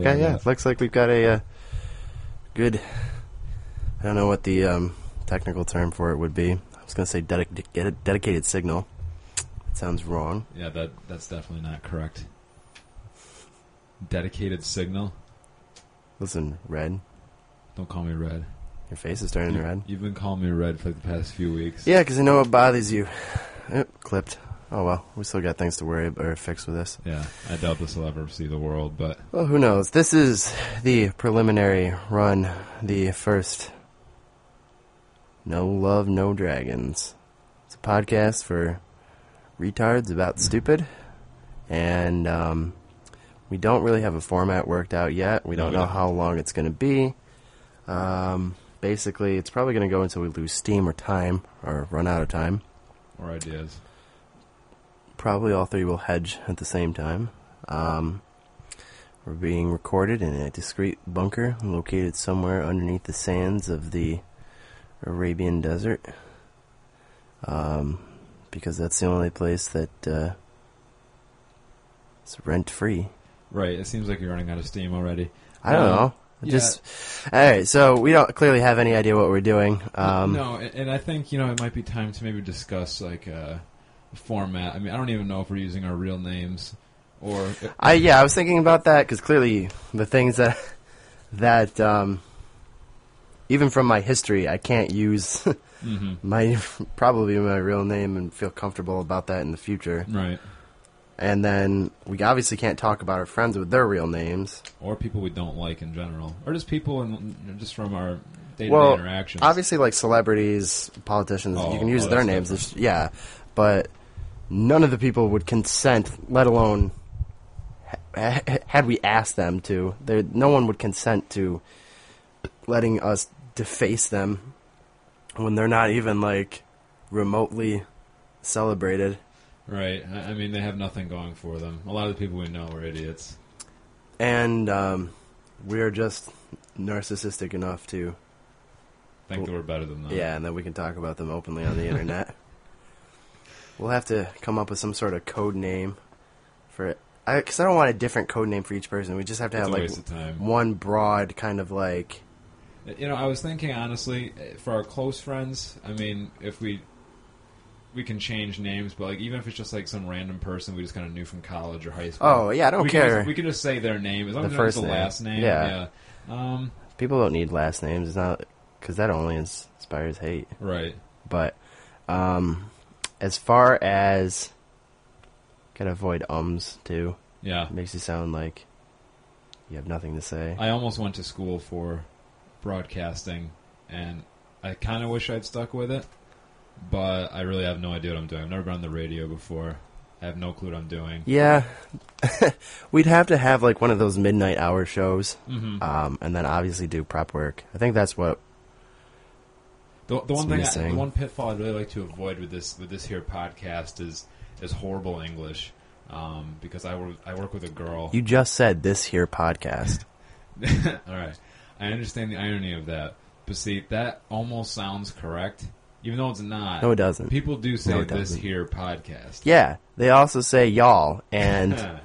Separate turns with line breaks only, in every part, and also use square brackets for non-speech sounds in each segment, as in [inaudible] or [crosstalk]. Okay, yeah. Looks like we've got a uh, good. I don't know what the um, technical term for it would be. I was going to say dedic- get a dedicated signal. It sounds wrong.
Yeah, that that's definitely not correct. Dedicated signal.
Listen, Red,
Don't call me red.
your face is turning red.
You've been calling me red for the past few weeks.
Yeah, because I know it bothers you. Yep, clipped. Oh well, we still got things to worry about or fix with this.
Yeah, I doubt this will ever see the world, but
Well, who knows? This is the preliminary run, the first No Love, No Dragons. It's a podcast for retards about stupid, and um, we don't really have a format worked out yet. We
No,
don't
we
know
don't.
how long it's going to be. Um, basically, it's probably going to go until we lose steam or time or run out of time.
or ideas.
Probably all three will hedge at the same time. Um, we're being recorded in a discreet bunker located somewhere underneath the sands of the Arabian Desert. Um, because that's the only place that uh, it's rent free.
Right. It seems like you're running out of steam already.
I don't
Um,
know.
yeah.
Just all right. So we don't clearly have any idea what we're doing. Um,
no, and, and I think you know it might be time to maybe discuss like uh, format. I mean, I don't even know if we're using our real names or uh,
I yeah, I was thinking about that because clearly the things that that um, even from my history, I can't use [laughs]
Mhm.
my probably my real name and feel comfortable about that in the future.
right
And then we obviously can't talk about our friends with their real names.
or people we don't like in general, or just people and just from our day-to-day
well,
interactions.
obviously, like celebrities, politicians,
Oh,
you can use
oh,
their
that's
names.
different.
It's- yeah, but none of the people would consent, let alone ha- ha- had we asked them to. There, no one would consent to letting us deface them when they're not even like remotely celebrated.
Right. I, I mean, they have nothing going for them. A lot of the people we know are idiots.
and um, we are just narcissistic enough to
Think that we're better than them.
yeah, and then we can talk about them openly [laughs] on the internet. We'll have to come up with some sort of code name for it, because I, don't want a different code name for each person. We just have to
It's
have
a
like
waste of time.
one broad kind of like
You know, I was thinking honestly, eh, for our close friends, I mean, if we we can change names, but like even if it's just like some random person we just kind of knew from college or high school.
Oh, yeah, I don't
we can
care.
just- we can just say their name as long
The
as we don't use
first
the
name.
last name.
Yeah.
yeah. Um.
people don't need last names. It's not because that only ins- inspires hate.
Right.
But um, as far as gotta avoid ums too.
Yeah.
It makes you sound like you have nothing to say.
I almost went to school for broadcasting, and I kind of wish I'd stuck with it, but I really have no idea what I'm doing. I've never been on the radio before. I have no clue what I'm doing.
Yeah. [laughs] We'd have to have like one of those midnight hour shows,
hmm
um, and then obviously do prep work. I think that's what.
The, the
It's
one thing, I,
missing.
the one pitfall I'd really like to avoid with this with this here podcast is is horrible English, um, because I work I work with a girl.
You just said this here podcast.
[laughs] All right, I understand the irony of that, but see that almost sounds correct, even though it's not.
No, it doesn't.
People do say
No, it
this
doesn't.
here podcast.
Yeah, they also say y'all and
[laughs] Yeah.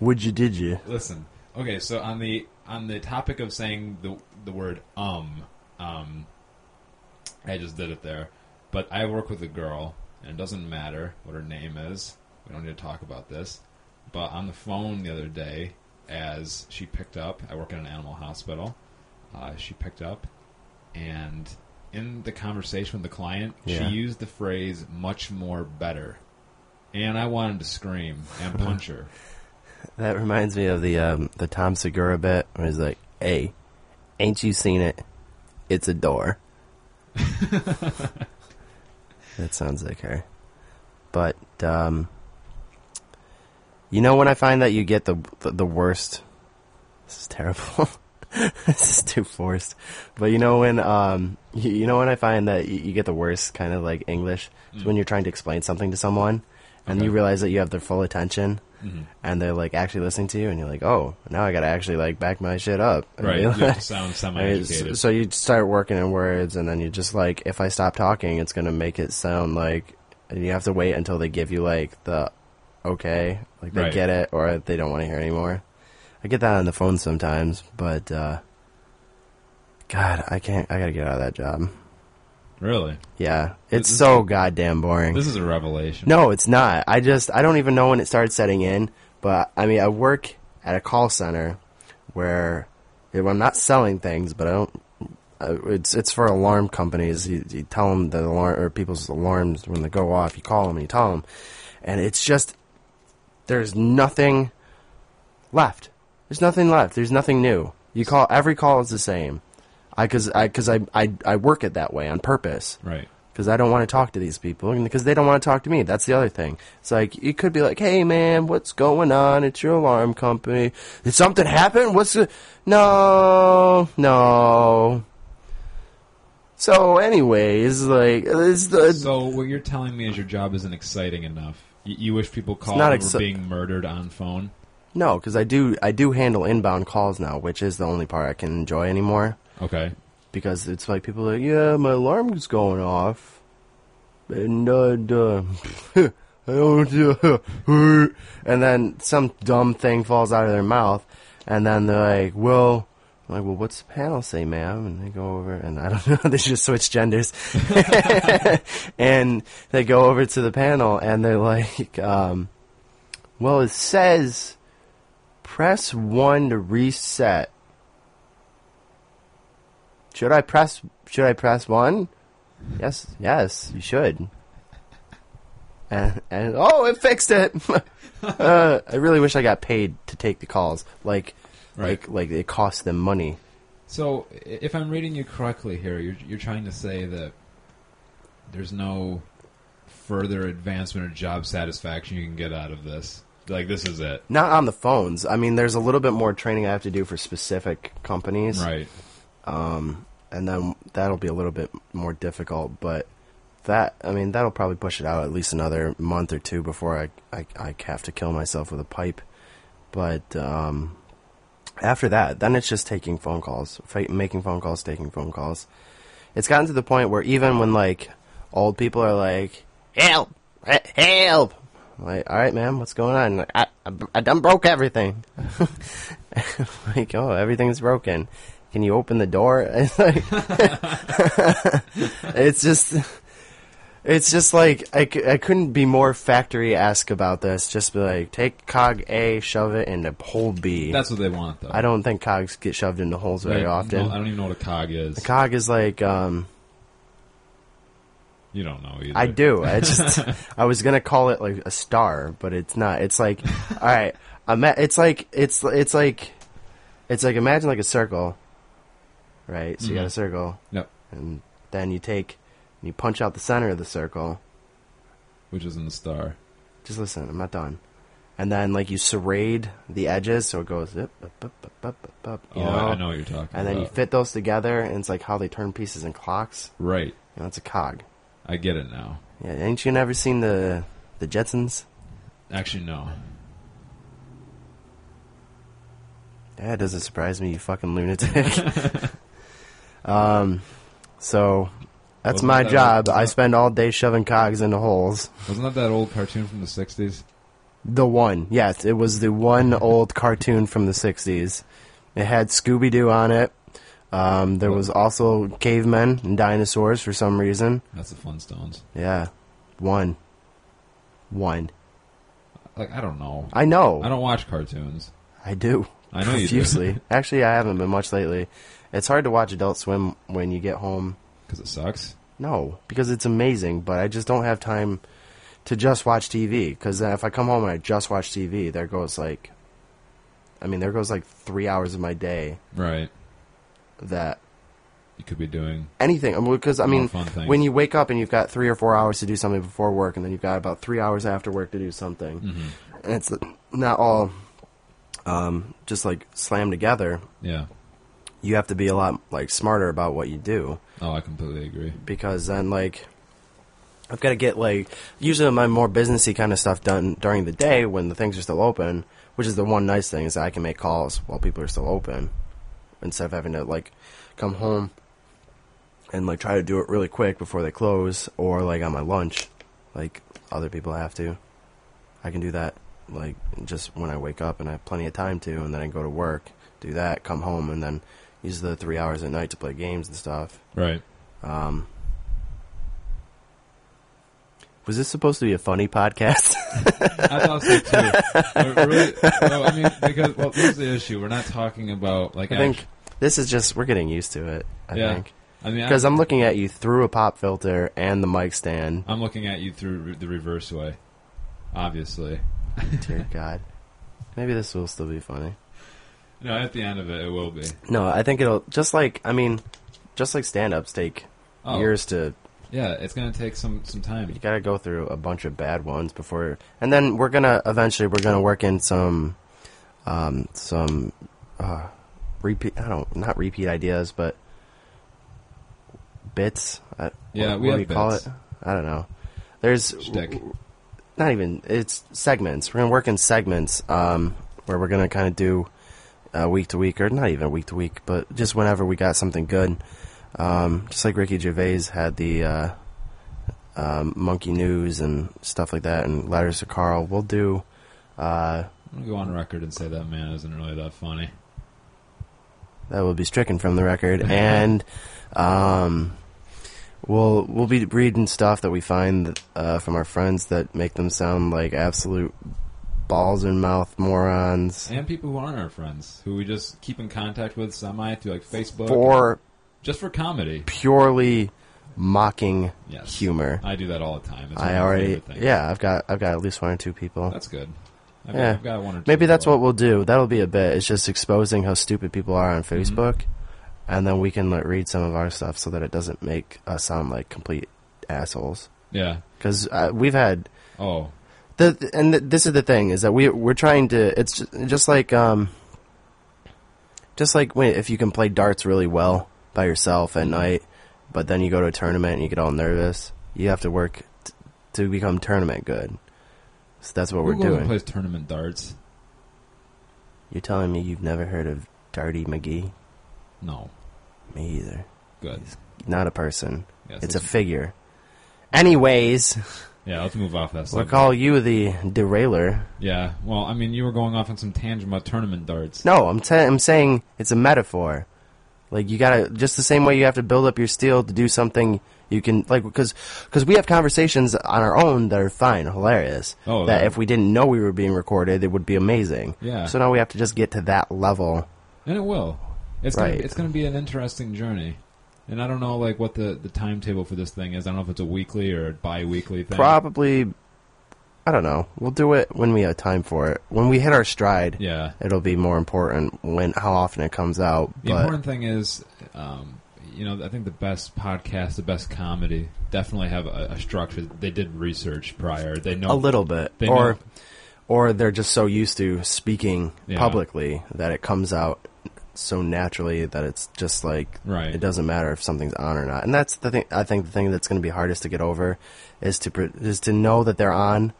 would you did you?
Listen, okay, so on the on the topic of saying the the word um, um, I just did it there, but I work with a girl, and it doesn't matter what her name is. We don't need to talk about this. But on the phone the other day, as she picked up, I work in an animal hospital. Uh, she picked up, and in the conversation with the client,
Yeah.
she used the phrase "much more better," and I wanted to scream and punch her.
That reminds me of the um, the Tom Segura bit where he's like, "Hey, ain't you seen it? It's a door." that sounds like her. But um, you know when I find that you get the the, the worst. This is terrible. [laughs] this is too forced. But you know when um you, you know when I find that you, you get the worst kind of like English It's when you're trying to explain something to someone and
Okay.
you realize that you have their full attention and they're like actually listening to you, and you're like, oh, now I gotta actually like back my shit up. And
Right,
be
you
[laughs] like-
have to sound
Right,
semi-educated.
so, so you start working in words, and then you just like, if I stop talking, it's gonna make it sound like, and you have to wait until they give you like the okay, like they
Right.
get it, or they don't want to hear anymore. I get that on the phone sometimes, but uh, God, I can't. I gotta get out of that job.
Really?
Yeah, it's
This is-
so goddamn boring.
This is a revelation.
No, it's not. I just I don't even know when it started setting in. But I mean, I work at a call center where you know, I'm not selling things, but I don't. Uh, it's it's for alarm companies. You, you tell them the alarm or people's alarms when they go off. You call them and you tell them, and it's just there's nothing left. There's nothing left. There's nothing new. You call every call is the same. I cause I cause I I, I work it that way on purpose
Right.
because I don't want to talk to these people and because they don't want to talk to me. That's the other thing. It's like you could be like, "Hey man, what's going on? It's your alarm company. Did something happen? What's the no, no." So, anyways, like it's the
So what you're telling me is your job isn't exciting enough. You, you wish people called
not
who
exci-
were being murdered on phone.
no because I do I do handle inbound calls now, which is the only part I can enjoy anymore
Okay.
because it's like people are like, "Yeah, my alarm's going off," and uh, duh. [laughs] I don't, [laughs] and then some dumb thing falls out of their mouth, and then they're like, "Well." I'm like, well, what's the panel say, ma'am? And they go over, and I don't [laughs] know. They just switch genders, [laughs] and they go over to the panel, and they're like, um, "Well, it says press one to reset." Should I press? Should I press one? Yes, yes, you should. And, and oh, it fixed it. [laughs] uh, I really wish I got paid to take the calls. Like,
Right.
like, like it costs them money.
So i- if I'm reading you correctly here, you're you're trying to say that there's no further advancement or job satisfaction you can get out of this. Like this is it.
Not on the phones. I mean, there's a little bit more training I have to do for specific companies,
Right.
and then that'll be a little bit more difficult. But that, I mean, that'll probably push it out at least another month or two before I, I, I have to kill myself with a pipe. But um, after that, then it's just taking phone calls, fa- making phone calls, taking phone calls. It's gotten to the point where even when like old people are like, "Help, Eh, help," I'm like, "All right, ma'am, what's going on?" Like, I, I, I done broke everything. [laughs] like, oh, everything's broken. Can you open the door? [laughs] It's like- it's just. It's just like I, c- I couldn't be more factory esque about this. Just be like, take cog A, shove it into hole B.
That's what they want though.
I don't think cogs get shoved into holes very
Like,
often.
no, I don't even know what a cog is.
Cog is like um,
you don't know either.
I do.
[laughs]
I just I was gonna call it like a star, but it's not. It's like all right. I'm at, it's like it's it's like it's like imagine like a circle, right? So you got a
Mhm.
circle,
Yep.
and then you take and you punch out the center of the circle.
Which isn't a star.
Just listen. I'm not done. And then like you serrate the edges, so it goes up, up, up, up, up, up, up. You
oh,
know?
I know Uh, what you're talking
And
about.
then you fit those together, and it's like how they turn pieces in clocks.
Right.
You know, it's a cog.
I get it now.
Yeah, ain't you never seen the the Jetsons?
Actually, no.
That doesn't surprise me, you fucking lunatic. [laughs] um, so that's
Wasn't
my
that-
job.
wasn't
I
that-
spend all day shoving cogs into holes.
Wasn't that that old cartoon from the 60s?
The one, yes, it was the one old cartoon from the '60s. It had Scooby Doo on it. Um, there was also cavemen and dinosaurs for some reason.
That's the Flintstones.
Yeah, one, one.
Like, I don't know.
I know.
I don't watch cartoons.
I do.
I know you do.
profusely. Actually, I haven't been much lately. It's hard to watch Adult Swim when you get home.
Because it sucks.
No, because it's amazing, but I just don't have time to just watch TV. Because if I come home and I just watch TV, there goes like, I mean, there goes like three hours of my day
Right.
that
You could be doing.
anything. Because I
More
mean,
fun things.
when you wake up and you've got three or four hours to do something before work, and then you've got about three hours after work to do something,
Mhm.
and it's not all um, just like slammed together.
Yeah.
you have to be a lot like smarter about what you do
Oh, I completely agree.
because then like I've got to get like usually my more businessy kind of stuff done during the day when the things are still open, which is the one nice thing is that I can make calls while people are still open instead of having to like come home and like try to do it really quick before they close or like on my lunch like other people have to. I can do that. like just when I wake up and I have plenty of time to, and then I go to work, do that, come home, and then use the three hours at night to play games and stuff.
Right.
Um, was this supposed to be a funny podcast? [laughs]
I thought so too. But really, no, I mean, because well, here's the issue: we're not talking about like.
I think this is just we're getting used to it. I
Yeah.
think
act- I mean,
because
I'm,
I'm looking at you through a pop filter and the
[laughs]
mic stand.
I'm looking at you through re- the reverse way, obviously.
Dear God, maybe this will still be funny.
No, at the end of it, it will be.
No, I think it'll just like I mean, just like stand-ups take
Oh,
years to.
yeah, it's gonna take some some time.
You gotta go through a bunch of bad ones before, and then we're gonna eventually we're gonna work in some, um, some, uh, repeat. I don't not repeat ideas, but bits. I,
Yeah,
what,
we
what
have
do you call
bits.
it? I don't know. There's
Shtick.
not even it's segments. We're gonna work in segments um, where we're gonna kind of do uh, week to week, or not even week to week, but just whenever we got something good. Um, just like Ricky Gervais had the uh, um, Monkey News and stuff like that, and Letters to Carl. We'll do. Uh,
I'm gonna go on record and say that man isn't really that funny.
that will be stricken from the record, and um, we'll we'll be reading stuff that we find uh, from our friends that make them sound like absolute balls in mouth morons.
And people who aren't our friends, who we just keep in contact with semi through like Facebook,
For
just for comedy.
purely mocking
Yes.
humor,
I do that all the time. It's one of
I
my
already
favorite things.
yeah, I've got I've got at least one or two people.
That's good. I've,
Yeah.
I've got one or two.
Maybe that's
people.
what we'll do. That'll be a bit. It's just exposing how stupid people are
Mm-hmm.
on Facebook, and then we can like, read some of our stuff so that it doesn't make us sound like complete assholes.
Yeah.
Because uh, we've had
Oh.
the and th- this is the thing is that we we're trying to. It's just, just like um, just like when if you can play darts really well by yourself at night, but then you go to a tournament and you get all nervous. You have to work t- to become tournament good. So that's what
Who
we're
goes and
doing.
plays tournament darts?
You're telling me you've never heard of Darty McGee?
No.
Me either.
Good.
Not a person.
Yes,
It's a
let's-
figure. Anyways,
yeah. Let's move off that.
we'll
subject.
call you the derailer.
Yeah. Well, I mean, you were going off on some tangent about tournament darts.
No, I'm t- I'm saying it's a metaphor. Like you gotta just the same way you have to build up your steel to do something you can like because because we have conversations on our own that are fine, hilarious.
Oh,
that
yeah.
if we didn't know we were being recorded, it would be amazing.
Yeah.
So now we have to just get to that level.
And it will. It's
Right.
gonna, it's going to be an interesting journey. And I don't know like what the, the timetable for this thing is. I don't know if it's a weekly or a bi-weekly thing.
Probably, I don't know. We'll do it when we have time for it. When we hit our stride,
Yeah.
it'll be more important when how often it comes out.
The
But
important thing is, um, you know, I think the best podcast, the best comedy, definitely have a, a structure. They did research prior. They know
a little bit,
They
or
know-
or they're just so used to speaking
Yeah.
publicly that it comes out so naturally that it's just like
Right.
it doesn't matter if something's on or not. And that's the thing. I think the thing that's going to be hardest to get over is to pre- is to know that they're on,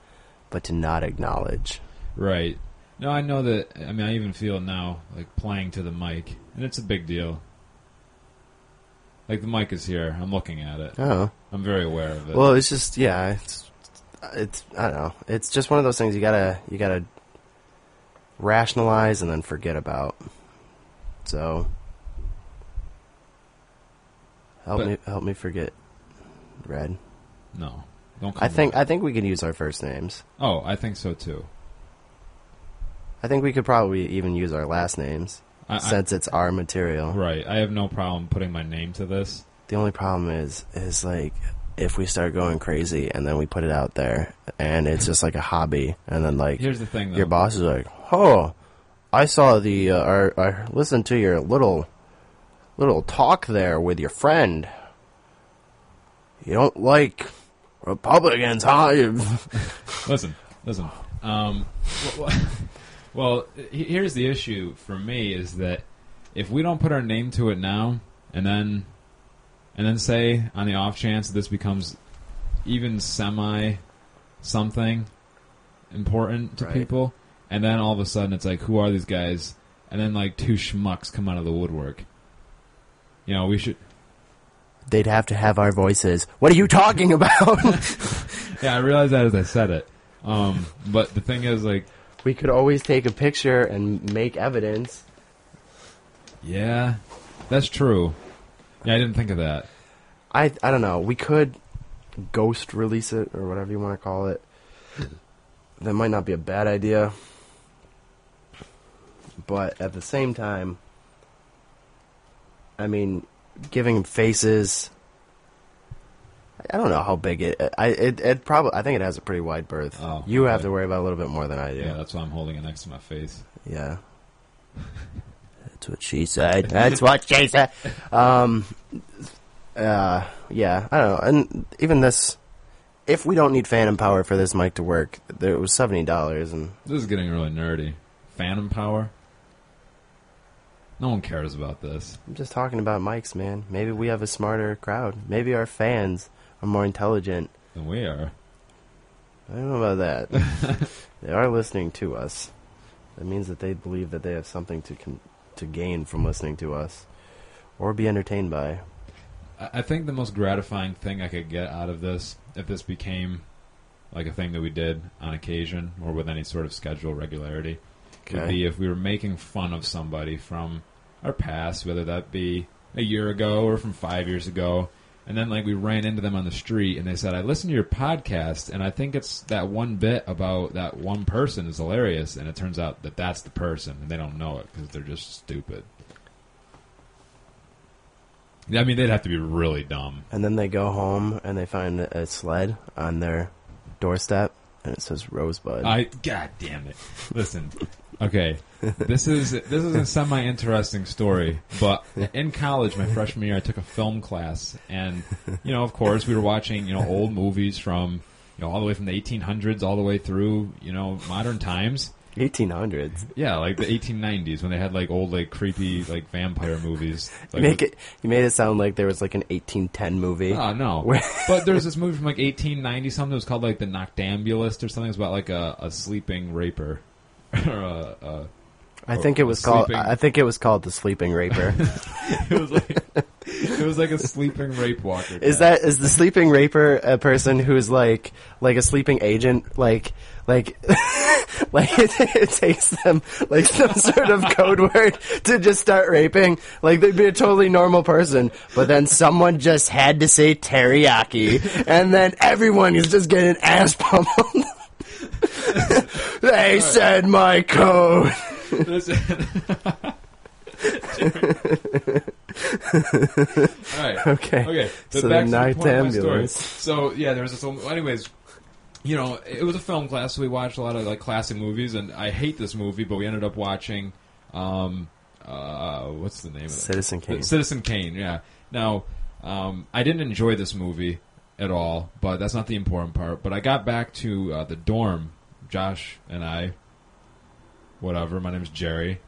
but to not acknowledge.
Right. No, I know that. I mean, I even feel now like playing to the mic, and it's a big deal. Like the mic is here. I'm looking at it.
Oh.
I'm very aware of it.
Well, it's just yeah, it's it's I don't know. It's just one of those things you gotta you gotta rationalize and then forget about. So help
But-
me help me forget Red.
no, don't. Come
I think
back.
I think we can use our first names.
oh, I think so too.
I think we could probably even use our last names
I, I-
since it's our material.
right. I have no problem putting my name to this.
The only problem is is like if we start going crazy and then we put it out there and it's just like a hobby and then like
Here's the thing, though.
your boss is like, "Oh, I saw the uh, or I listened to your little little talk there with your friend. You don't like Republicans, huh?" [laughs] You-
Listen, listen. Um, well, [laughs] well, he- here's the issue for me is that if we don't put our name to it now, and then, and then say on the off chance that this becomes even semi something important to
Right.
people, and then all of a sudden it's like, who are these guys? And then like two schmucks come out of the woodwork. You know, we should.
They'd have to have our voices. What are you talking about? [laughs]
Yeah, I realized that as I said it. Um, but the thing is, like,
We could always take a picture and make evidence.
Yeah, that's true. Yeah, I didn't think of that.
I I don't know. We could ghost release it or whatever you want to
[laughs]
call it. That might not be a bad idea. But at the same time, I mean, giving him faces. I- I don't know how big it. I it, it probably. I think it has a pretty wide berth.
Oh,
you have
okay.
to worry about it a little bit more than I do.
Yeah, that's why I'm holding it next to my face.
Yeah. That's what she said. That's what she said. Um, uh, yeah, I don't know. And even this, if we don't need phantom power for this mic to work, there it was seventy dollars, and
This is getting really nerdy. Phantom power. No one cares about this.
I'm just talking about mics, man. Maybe we have a smarter crowd. Maybe our fans are more intelligent.
than we are.
I don't know about that. they are listening to us. That means that they believe that they have something to con- to gain from listening to us, or be entertained by.
I I think the most gratifying thing I could get out of this, if this became like a thing that we did on occasion or with any sort of schedule regularity, would be if we were making fun of somebody from our past, whether that be a year ago or from five years ago, and then like we ran into them on the street and they said, "I listened to your podcast and I think it's that one bit about that one person is hilarious," and it turns out that that's the person and they don't know it because they're just stupid. Yeah, I mean, they'd have to be really dumb.
And then they go home and they find a sled on their doorstep and it says Rosebud.
I god damn it. Listen. Okay. This is this is a semi interesting story, but in college my freshman year I took a film class and you know, of course, we were watching, you know, old movies from you know, all the way from the 1800s all the way through, you know, modern times.
1800s.
Yeah, like the 1890s when they had like old like creepy like vampire movies. Like
Make it. You made it sound like there was like an 1810 movie.
Oh no!
Where-
but there's this movie from like 1890 something. It was called like the Noctambulist or something. It's about like a, a sleeping raper. [laughs] or a, a,
I think it was
Sleeping-
called. I think it was called the Sleeping Raper.
it was like it was like a sleeping rape walker.
is
guy.
that is the Sleeping Raper a person who's like like a sleeping agent like like. [laughs] Like it, it takes them like some sort of code word to just start raping. Like they'd be a totally normal person, but then someone just had to say teriyaki, and then everyone is just getting ass pummeled. [laughs] they said my code. [laughs]
This- [laughs] All right.
Okay.
Okay.
So the
back to
night
point of my story.
ambulance.
So yeah, there was this. Old, anyways, you know, it was a film class, so we watched a lot of like classic movies, and I hate this movie, but we ended up watching. Um, uh, what's the name of it?
Citizen [laughs] Kane.
Citizen Kane. Yeah. Now, um, I didn't enjoy this movie at all, but that's not the important part. But I got back to uh, the dorm, Josh and I. Whatever. My name's Jerry.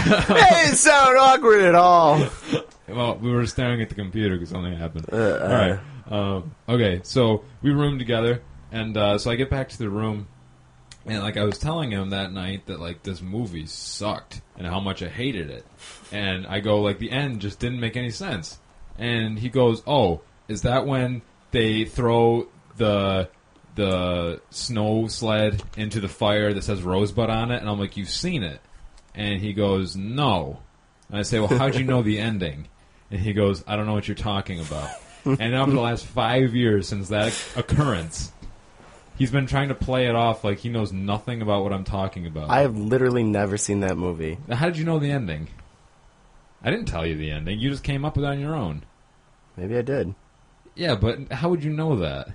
It didn't sound awkward at all.
Well, we were staring at the computer because something happened. All right. Um, okay, so we roomed together, and uh, so I get back to the room, and like I was telling him that night that like this movie sucked and how much I hated it, and I go like the end just didn't make any sense, and he goes, "Oh, is that when they throw the the snow sled into the fire that says Rosebud on it?" And I'm like, "You've seen it." And he goes, No. And I say, Well, how'd you know the ending? And he goes, I don't know what you're talking about. And now for the last five years since that occurrence, he's been trying to play it off like he knows nothing about what I'm talking about.
I have literally never seen that movie.
Now, how did you know the ending? I didn't tell you the ending. You just came up with it on your own.
Maybe I did.
Yeah, but how would you know that?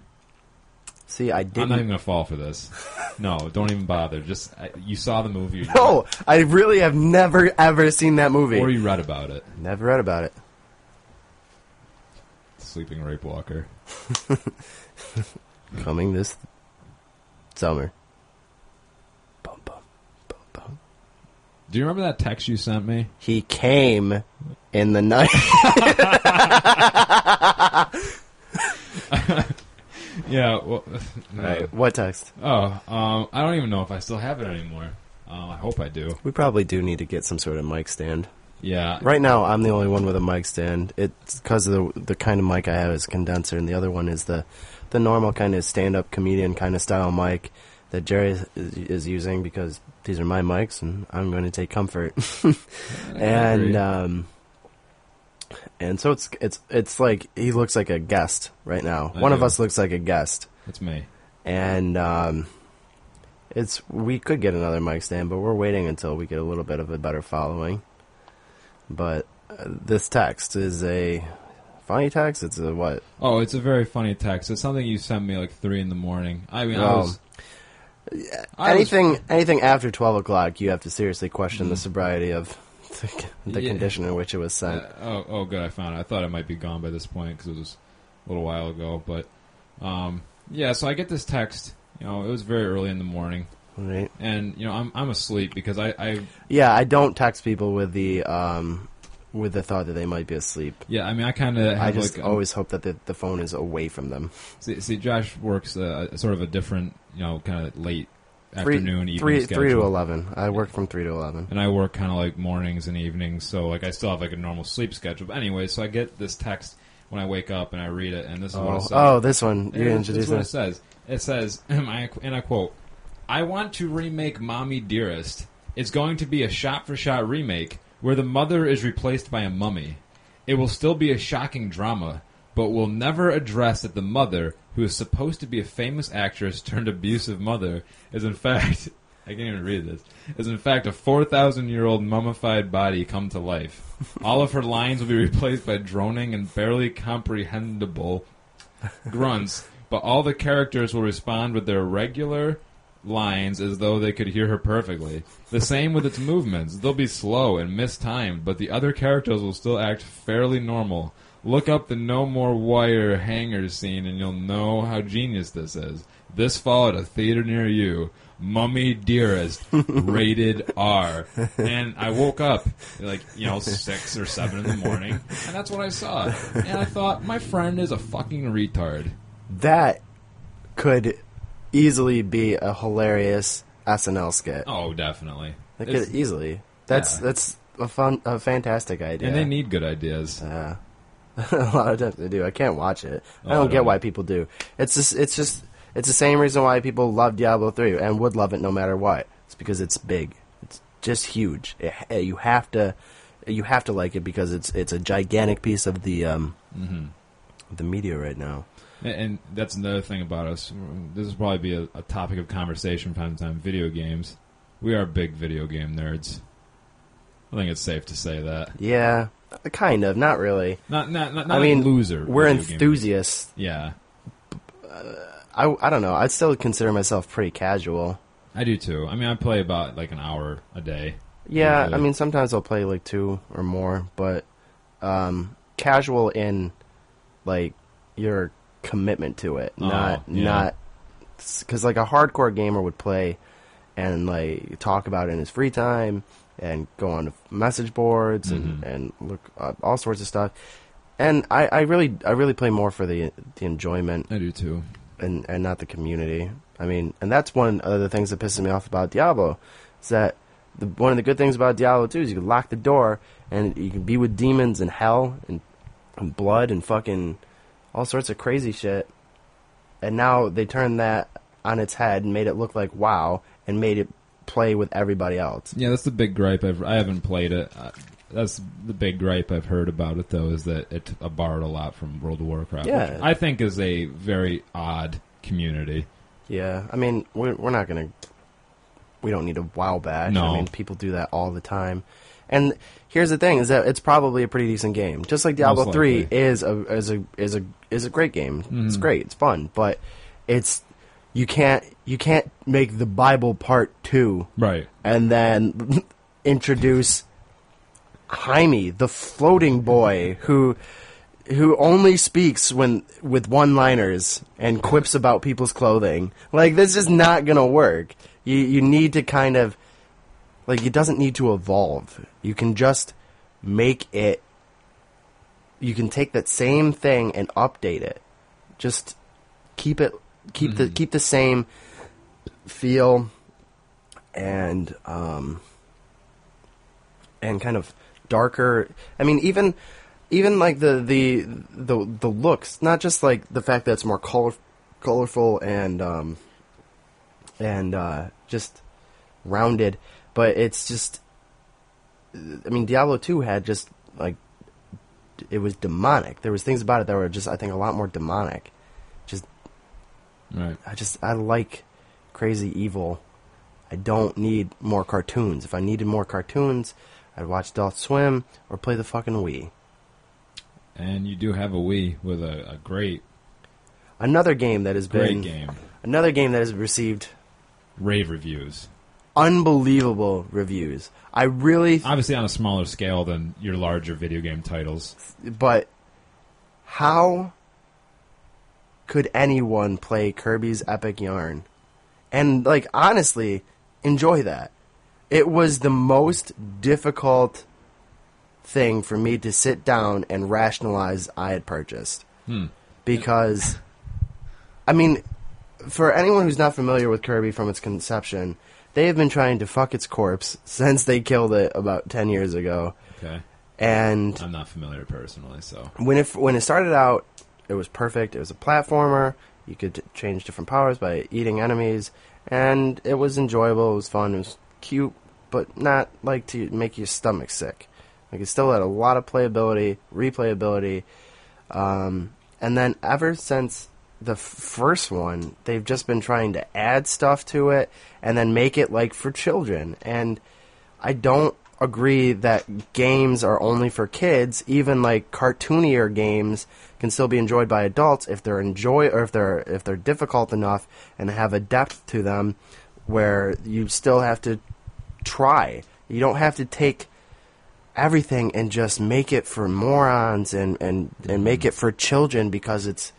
See, I
I'm not even
didn't.
going to fall for
[laughs]
this. No, don't even bother. Just I, you saw the movie,
No, I really have never ever seen that movie.
or you read about it.
Never read about it.
Sleeping Rape Walker.
Coming this summer. Bum, bum, bum, bum.
Do you remember that text you sent me?
He came in the night.
[laughs] Yeah. [laughs] Well,
Alright, what text?
Oh, um, I don't even know if I still have it anymore. Uh, I hope I do.
We probably do need to get some sort of mic stand.
Yeah.
Right now, I'm the only one with a mic stand. It's because of the the kind of mic I have is condenser, and the other one is the the normal kind of stand up comedian kind of style mic that Jerry is, is using because these are my mics and I'm going to take comfort. [laughs] and um, and so it's it's it's like he looks like a guest right now.
I
One of
do.
us looks like a guest,
it's me.
and um, it's we could get another mic stand, but we're waiting until we get a little bit of a better following. But uh, this text is a funny text. It's a what?
Oh, it's a very funny text. It's something you sent me like three in the morning. I mean, I
Oh.
was I was-
anything anything after twelve o'clock, you have to seriously question the sobriety of the, the
Yeah.
condition in which it was sent.
Uh, oh, oh, good. I found it. I thought it might be gone by this point because it was a little while ago. But um, yeah, so I get this text. You know, it was very early in the morning,
Right?
and you know, I'm I'm asleep because I, I
Yeah, I don't text people with the um, with the thought that they might be asleep.
yeah, I mean, I kind of
I just
like, um,
always hope that the, the phone is away from them.
see, see, Josh works uh, a- sort of a different, you know, kind of late
Three-
afternoon, evening
three,
schedule.
three to eleven. I work from three to eleven.
and I work kind of like mornings and evenings, so like I still have like a normal sleep schedule. But anyway, so I get this text when I wake up and I read it, and this is what it
Oh,
says.
oh, this one you're
And this is
introducing.
what it says. It says, [clears throat] and I, and I quote, "I want to remake Mommy Dearest. It's going to be a shot-for-shot remake where the mother is replaced by a mummy. It will still be a shocking drama, but will never address that the mother, who is supposed to be a famous actress turned abusive mother, is in [laughs] fact." I can't even read this. Is in fact a 4,000 year old mummified body come to life. All of her lines will be replaced by droning and barely comprehensible grunts, but all the characters will respond with their regular lines as though they could hear her perfectly. The same with its movements. They'll be slow and mistimed, but the other characters will still act fairly normal. Look up the no more wire hanger scene and you'll know how genius this is. This fall at a theater near you. Mummy Dearest, rated R. And I woke up like, you know, six or seven in the morning, and that's what I saw. And I thought, my friend is a fucking retard.
That could easily be a hilarious SNL skit.
Oh, definitely.
That
It's-
could easily. That's
Yeah.
that's a fun, a fantastic idea.
And they need good ideas.
Yeah. [laughs] a lot of times they do. I can't watch it. I
Oh,
don't
I
get
don't.
why people do. It's just it's just it's the same reason why people love Diablo 3 and would love it no matter what. It's because it's big. It's just huge. It, eh, you have to you have to like it because it's it's a gigantic piece of the um
Mm-hmm.
the media right now.
And- And that's another thing about us. This will probably be a, a topic of conversation from time to time. Video games. We are big video game nerds. I think it's safe to say that.
Yeah, kind of, not really.
Not, not, not, not
I
like
mean,
loser.
We're
video game nerds.
enthusiasts.
Yeah,
I, I don't know. I'd still consider myself pretty casual.
I do too. I mean, I play about like an hour a day.
Yeah,
usually.
I mean sometimes I'll play like two or more, but um, casual in like your commitment to it,
Oh,
not
yeah.
not because like a hardcore gamer would play and like talk about it in his free time and go on message boards
Mm-hmm.
and, and look up all sorts of stuff. And I, I really I really play more for the the enjoyment
I do too.
and and not the community. I mean, and that's one of the things that pisses me off about Diablo is that the, one of the good things about Diablo 2 is you can lock the door and you can be with demons and hell and, and blood and fucking all sorts of crazy shit. And now they turned that on its head and made it look like WoW and made it play with everybody else.
Yeah, that's the big gripe. I've I haven't played it. Uh, that's the big gripe I've heard about it though is that it uh, borrowed a lot from World of Warcraft.
Yeah.
which I think is a very odd community.
Yeah, I mean, we're, we're not gonna. We don't need a wow badge.
No.
I mean, people do that all the time. And here's the thing: is that it's probably a pretty decent game. Just like Diablo
Most
Three
likely. Mm-hmm.
is a is a is a is a great game. It's great. It's fun, but it's you can't you can't make the Bible Part Two
Right.
and then [laughs] introduce Jaime, the floating boy who who only speaks when with one-liners and quips about people's clothing. Like this is not going to work. You you need to kind of like it doesn't need to evolve. You can just make it you can take that same thing and update it. Just keep it keep the keep the same feel and um, and kind of darker. I mean, even even like the the the the looks, not just like the fact that it's more color colorful and um, and uh, just rounded. But it's just, I mean, Diablo two had just like it was demonic. There was things about it that were just I think a lot more demonic. Just
Right.
I just I like crazy evil. I don't need more cartoons. If I needed more cartoons, I'd watch Adult Swim or play the fucking Wii.
And you do have a Wii with a, a great,
Another game that has
great
been
game.
another game that has received
Rave reviews.
unbelievable reviews. I really,
Obviously on a smaller scale than your larger video game titles.
but how could anyone play Kirby's Epic Yarn and like honestly enjoy that? It was the most difficult thing for me to sit down and rationalize I had purchased because I mean for anyone who's not familiar with Kirby from its conception, they have been trying to fuck its corpse [laughs] since they killed it about 10 years ago.
Okay.
And
I'm not familiar personally, so.
when it when it started out, it was perfect. It was a platformer. You could t- change different powers by eating enemies, and it was enjoyable. It was fun. It was cute, but not like to make your stomach sick. Like it still had a lot of playability, replayability, um, and then ever since the f- first one, they've just been trying to add stuff to it and then make it like for children. And I don't agree that games are only for kids. Even like cartoonier games can still be enjoyed by adults if they're enjoy or if they're if they're difficult enough and have a depth to them where you still have to try. You don't have to take everything and just make it for morons and and and
Mm-hmm.
make it for children because it's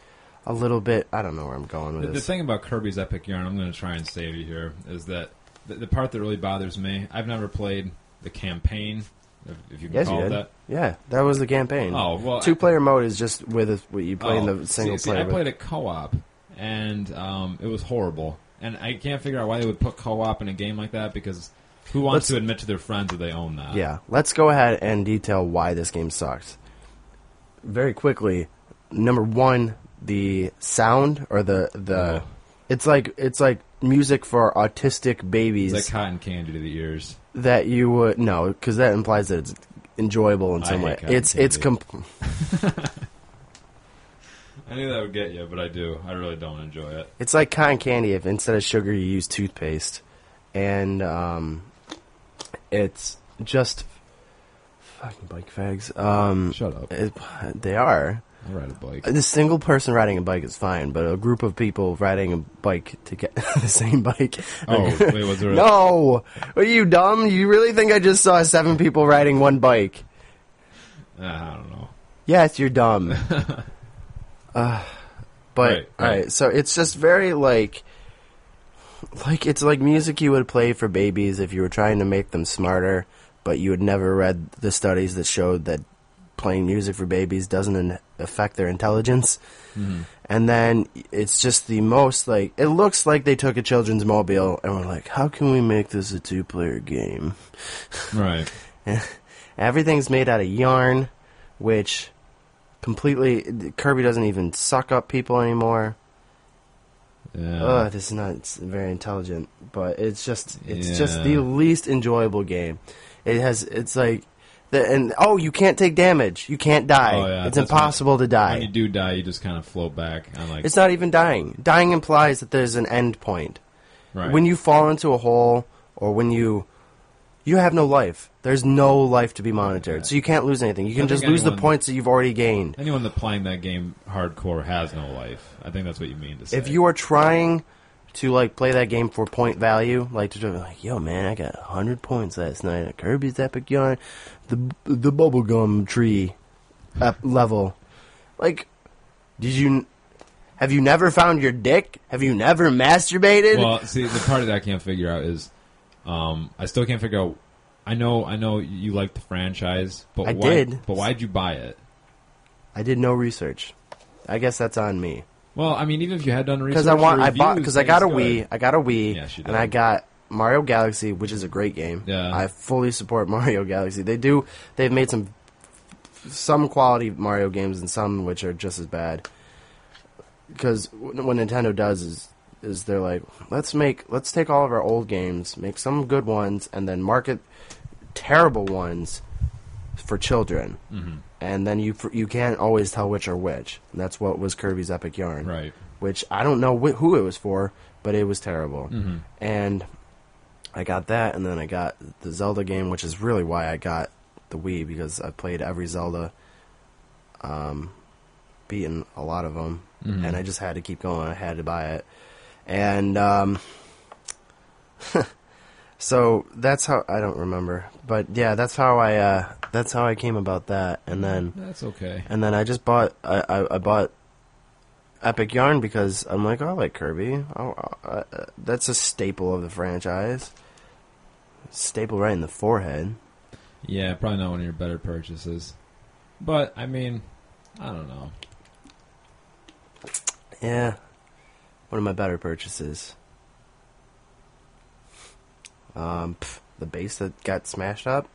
a little bit I don't know where I'm going
The,
with
the
this.
thing about Kirby's Epic Yarn, I'm going to try and save you here, is that the, the part that really bothers me, I've never played the campaign, if, if you can
Yes, you
call it
did.
that.
Yeah, that was the campaign.
Oh, well, I-
two player mode is just with a, what you play in
Oh,
the single
see, see,
player.
I
but-
played a co-op, and um, it was horrible. And I can't figure out why they would put co-op in a game like that because who wants
Let's-
to admit to their friends that they own that?
Yeah, let's go ahead and detail why this game sucks. Very quickly, number one, the sound or the the
Yeah.
it's like it's like music for autistic babies
It's like cotton candy to the ears.
that you would no, because that implies that it's enjoyable in
I
some
hate
way.
cotton
It's it's
candy.
com-
I knew that would get you, but I do. I really don't enjoy it.
it's like cotton candy if instead of sugar you use toothpaste, and um, it's just fucking bike fags. Um,
Shut up.
it, they are.
I'll ride a bike.
The single person riding a bike is fine, but a group of people riding a bike to get [laughs] the same bike. [laughs]
Oh, wait, was there a-
no! Are you dumb? You really think I just saw seven people riding one bike?
Ah, I don't know.
Yes, you're dumb.
[laughs]
uh, but
Right, right.
all right, so it's just very like, like it's like music you would play for babies if you were trying to make them smarter, but you had never read the studies that showed that playing music for babies doesn't in- affect their intelligence.
Mm-hmm.
And then it's just the most like it looks like they took a children's mobile and were like, how can we make this a two-player game?
Right.
Everything's made out of yarn, which completely Kirby doesn't even suck up people anymore.
Yeah.
Ugh, this is not it's very intelligent, but it's just it's just
Yeah.
the least enjoyable game. It has it's like the and oh you can't take damage, you can't die.
Oh, yeah,
it's
that's
impossible to die.
when you do die, you just kind of float back. I'm like,
It's not even dying. Dying implies that there's an end point.
right.
When you fall into a hole or when you you have no life. There's no life to be monitored. So you can't lose anything. You can
don't
just
think
lose the
anyone-
points that you've already gained.
anyone that playing that game hardcore has no life. I think that's what you mean to say.
If you are trying to like play that game for point value, like to do like, yo man, I got 100 points last night at Kirby's Epic Yarn, the the bubblegum tree up level. Like did you have you never found your dick? Have you never masturbated?
Well, see, the part that I can't figure out is, um, I still can't figure out. I know, I know, you like the franchise, but
I
why,
did.
But why'd you buy it?
I did no research. I guess that's on me
Well, I mean, even if you had done research,
because I want
the
I bought
reviews
because I got
say
a
it's
Wii,
good.
I got a Wii,
Yeah, she did.
and I got Mario Galaxy, which is a great game.
Yeah.
I fully support [laughs] Mario Galaxy. They do they've made some some quality Mario games and some which are just as bad. Because what Nintendo does is is they're like, let's make let's take all of our old games, make some good ones, and then market terrible ones for children.
Mhm.
And then you you can't always tell which are which. And that's what was Kirby's Epic Yarn,
Right.
Which I don't know wh- who it was for, but it was terrible.
Mhm.
And I got that, and then I got the Zelda game, which is really why I got the Wii because I played every Zelda, um, beaten a lot of them,
Mhm.
and I just had to keep going. I had to buy it, and um, [laughs] so that's how I don't remember, but yeah, that's how I uh, that's how I came about that, and then
That's okay.
and then I just bought I, I, I bought Epic Yarn because I'm like oh, I like Kirby. Oh, uh, uh, that's a staple of the franchise. Staple right in the forehead.
Yeah, probably not one of your better purchases. But I mean, I don't know.
Yeah, one of my better purchases. Um, pff, the base that got smashed up.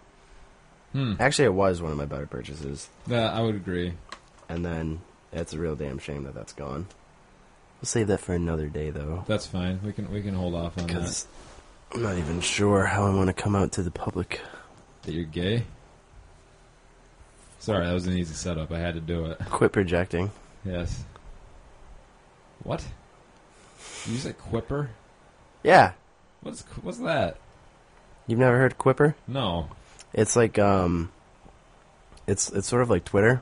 Hmm.
Actually, it was one of my better purchases.
Yeah, I would agree.
And then it's a real damn shame that that's gone. We'll save that for another day, though.
That's fine. We can we can hold off on that.
Because I'm not even sure how I want to come out to the public.
That you're gay. Sorry, that was an easy setup. I had to do it.
Quit projecting.
Yes. What? Did you say quipper?
Yeah.
What's qu- what's that?
You've never heard Quipper?
No.
It's like um it's it's sort of like Twitter.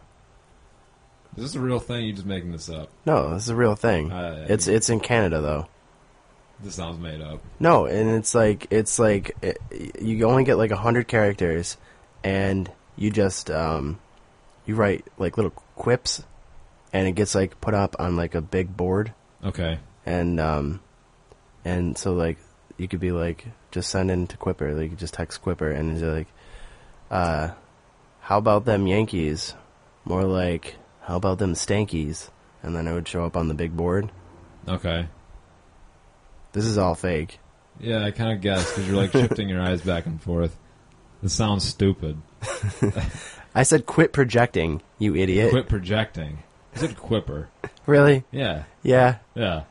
Is this a real thing? You're just making this up.
No, this is a real thing.
Uh,
it's it's in Canada though.
This sounds made up.
No, and it's like it's like it, you only get like 100 characters and you just um you write like little quips and it gets like put up on like a big board
Okay.
and um and so like you could be like just send in to Quipper, like you just text Quipper and it's like uh how about them Yankees? More like how about them Stankies? And then it would show up on the big board.
Okay.
This is all fake.
Yeah, I kind of guessed because you're like shifting your eyes back and forth. This sounds stupid.
I said quit projecting, you idiot.
Quit projecting. I said quipper.
Really?
Yeah.
Yeah.
Yeah.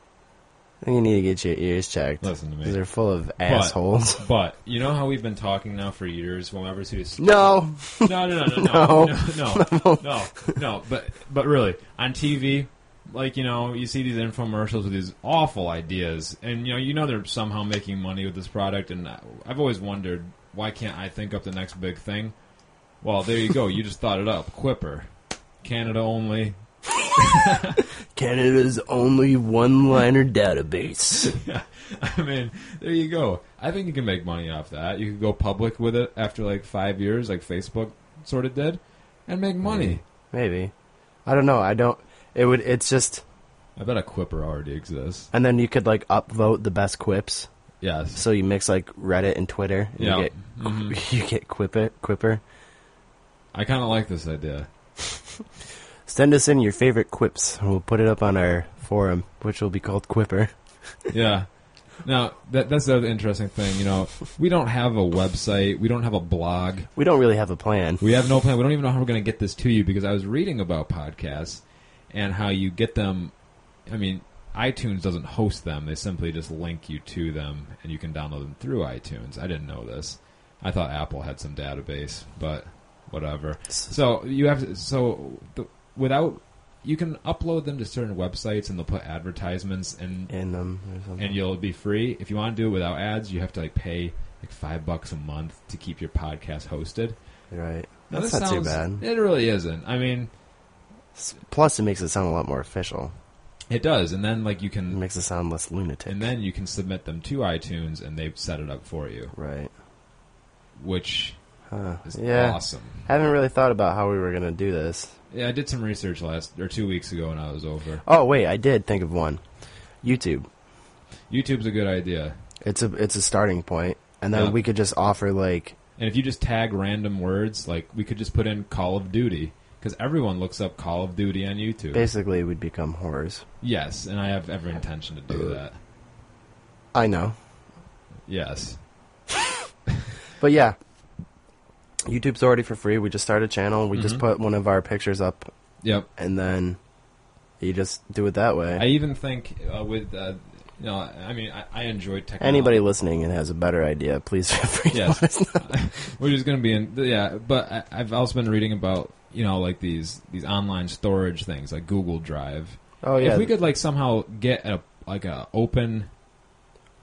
I think you need to get your ears checked.
Listen to me.
'Cause They're full of assholes. [laughs]
But you know how we've been talking now for years. Whenever we see this,
No.
no, no, no,
No.
no, no, no, no, no, no. But but really, on TV, like you know, you see these infomercials with these awful ideas, and you know, you know, they're somehow making money with this product. And I- I've always wondered why can't I think up the next big thing? Well, there you go. You just thought it up. Quipper, Canada only. [laughs]
Canada's only one-liner database.
[laughs] I mean, there you go. I think you can make money off that. You could go public with it after like five years, like Facebook sort of did, and make money.
Maybe. I don't know. I don't it would it's just
I bet a quipper already exists.
And then you could like upvote the best quips.
Yes.
So you mix like Reddit and Twitter. And
Yeah. Mm-hmm.
You get, [laughs] you get Quipper. Quipper.
I kind of like this idea.
Send us in your favorite quips, and we'll put it up on our forum, which will be called Quipper.
Yeah. Now that that's the other interesting thing. You know, we don't have a website. We don't have a blog.
We don't really have a plan.
We have no plan. We don't even know how we're going to get this to you because I was reading about podcasts and how you get them. I mean, iTunes doesn't host them; they simply just link you to them, and you can download them through iTunes. I didn't know this. I thought Apple had some database, but whatever. So you have to, so the, without you can upload them to certain websites, and they'll put advertisements and
In um, them or something.
and you'll be free. If you want to do it without ads, you have to like pay like five bucks a month to keep your podcast hosted.
right.
Now,
That's
this
not too
sounds-
bad.
It really isn't. I mean,
S- Plus, it makes it sound a lot more official.
it does, and then like you
It
can,
makes it sound less lunatic.
and then you can submit them to iTunes, and they set it up for you,
right.
which
Huh.
is
Yeah.
awesome.
I haven't really thought about how we were going to do this.
Yeah, I did some research last or two weeks ago when I was over.
Oh, wait. I did think of one YouTube.
YouTube's a good idea,
It's a, it's a starting point, And then
Yeah.
we could just offer like
and if you just tag random words, like we could just put in Call of Duty. Because everyone looks up Call of Duty on YouTube.
basically we'd become whores.
Yes, and I have every intention to
Uh.
do that.
I know.
Yes.
But yeah, YouTube's already for free. We just started a channel. We just
Mhm.
put one of our pictures up,
Yep.
and then you just do it that way.
I even think uh, with uh, You know, I I mean, I, I enjoy technology.
Anybody listening and has a better idea, please [laughs] feel free to
Yes.
let us know.
which is going to be in yeah but I, i've also been reading about you know like these these online storage things like google drive
Oh yeah.
if we could like somehow get a like a open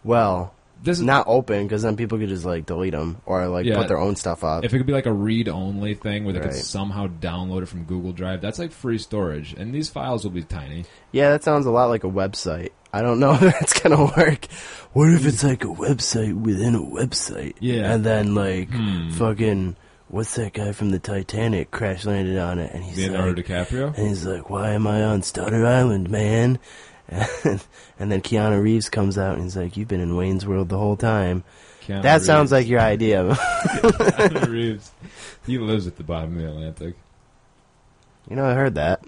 well,
this is
not open because then people could just like delete them or like
Yeah.
put their own stuff up.
if it could be like a read only thing where they
Right.
could somehow download it from google drive that's like free storage and these files will be tiny
yeah, that sounds a lot like a website. I don't know [laughs] if that's gonna work. What if it's like a website within a website?
Yeah. Hmm.
And then like fucking what's that guy from the Titanic crash landed on it and he's
leonardo
like,
dicaprio
And he's like, "Why am I on Stutter Island, man?" [laughs] And, and then Keanu Reeves comes out and he's like, "You've been in Wayne's World the whole time."
Keanu
that
Reeves.
sounds like your idea.
[laughs]
[laughs]
Keanu Reeves. he lives at the bottom of the atlantic
you know, I heard that.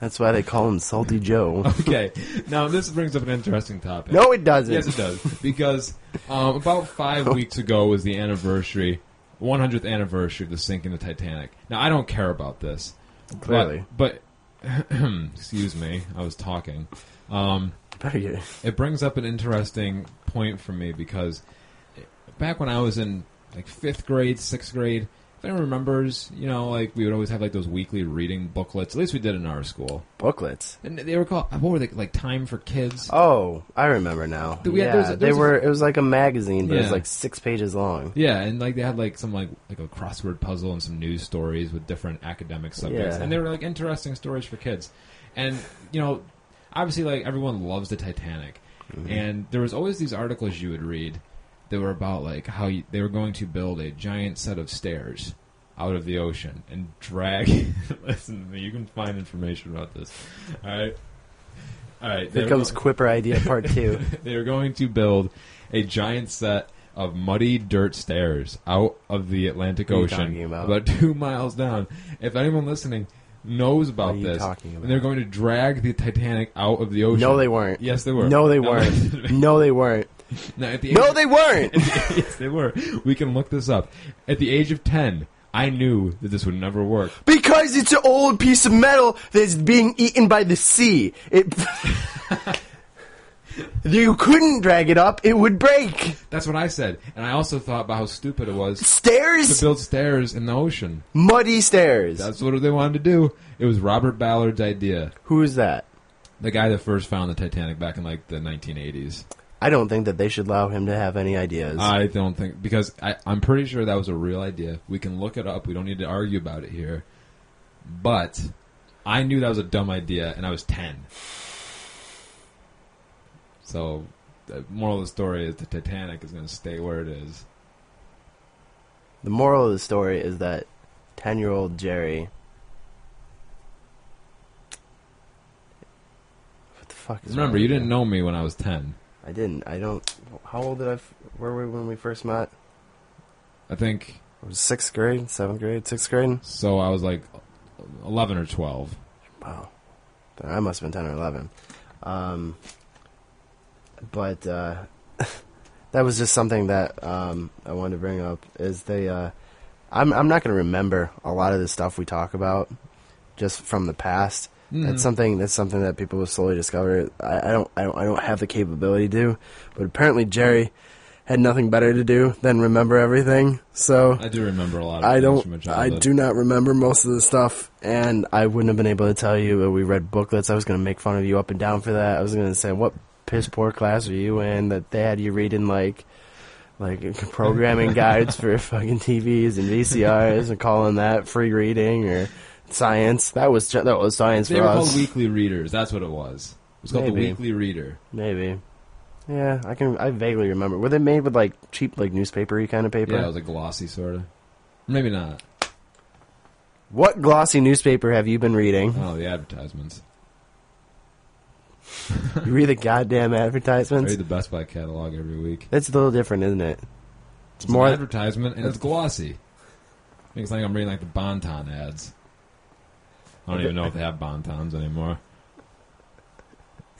That's why they call him Salty Joe.
[laughs] okay now this brings up an interesting topic
No, it doesn't.
Yes, it does. Because um, about five weeks ago was the anniversary, 100th anniversary of the sinking of the Titanic. Now, I don't care about this. but-
Clearly.
But, [clears throat] excuse me, I was talking. Um,
Better get-
it brings up an interesting point for me because back when I was in like fifth grade, sixth grade, if anyone remembers, you know, like we would always have like those weekly reading booklets. At least we did in our school.
Booklets.
And they were called, what were they, like Time for Kids?
Oh, I remember now.
Th- yeah,
yeah,
there's a-
they
there's a-
were. It was like a magazine, but it was
Yeah.
like six pages long.
Yeah, and like they had like some like like a crossword puzzle and some news stories with different academic subjects,
Yeah.
and they were like interesting stories for kids. And you know, obviously, like everyone loves the Titanic,
Mm-hmm.
and there was always these articles you would read that were about like how you, they were going to build a giant set of stairs out of the ocean and drag. [laughs] listen to me, you can find information about this. All right, all right. they
Here
were
comes
go-
Quipper idea
[laughs]
part two.
they are going to build a giant set of muddy dirt stairs out of the Atlantic
What are you
Ocean,
talking about?
two miles down. If anyone listening knows about
are you
this,
talking about?
and they're going to drag the Titanic out of the ocean.
No, they weren't.
Yes, they Oh, were.
No, they
[laughs]
weren't. no, they weren't.
No, at the
No,
age-
they weren't.
[laughs] yes, they were. We can look this up. At the age of ten, I knew that this would never work.
Because it's an old piece of metal that's being eaten by the sea. It. [laughs] you couldn't drag it up, it would break.
That's what I said, and I also thought about how stupid it was to
Stairs?
build stairs in the ocean.
Muddy stairs.
That's what they wanted to do. It was Robert Ballard's idea.
Who is that?
The guy that first found the Titanic back in like the 1980s.
I don't think that they should allow him to have any ideas.
I don't think because I, I'm pretty sure that was a real idea. We can look it up. We don't need to argue about it here. But I knew that was a dumb idea, and I was 10. So the moral of the story is the Titanic is going to stay where it is.
the moral of the story is that 10 year old Jerry. What the fuck is
Remember,
wrong
you
with
didn't
me?
know me when I was 10.
I didn't. I don't. How old did I. F- were we when we first met?
I think
It was sixth grade, seventh grade, sixth grade?
so. I was like 11 or 12.
Wow. Then I must have been 10 or 11. Um, but uh, [laughs] that was just something that um, I wanted to bring up is they uh, I'm I'm not going to remember a lot of the stuff we talk about just from the past.
Mm-hmm.
That's something that's something that people will slowly discover. I, I don't I don't I don't have the capability to, but apparently Jerry had nothing better to do than remember everything. So
I do remember a lot. of
I
things From my
don't. I
childhood.
do not remember most of the stuff, and I wouldn't have been able to tell you. But we read booklets. I was going to make fun of you up and down for that. I was going to say, "What piss poor class are you in?" That they had you reading like, like
[laughs]
programming guides for fucking TVs and VCRs, and calling that free reading or science. That was ju- that was science
They
for
were
us.
called weekly readers. That's what it was. It was called the
Maybe.
weekly reader.
Maybe. Yeah, I can. I vaguely remember. Were they made with like cheap, like newspapery kind of paper?
Yeah, it was a glossy sort of. Maybe not.
what glossy newspaper have you been reading?
[laughs] Oh, the advertisements.
you read the goddamn
I
advertisements.
read the Best Buy catalog every week.
That's a little different, isn't it?
It's,
more-
an advertisement and it's glossy. It's like I'm reading like the Bonton ads. I don't even know if they have Bontons anymore.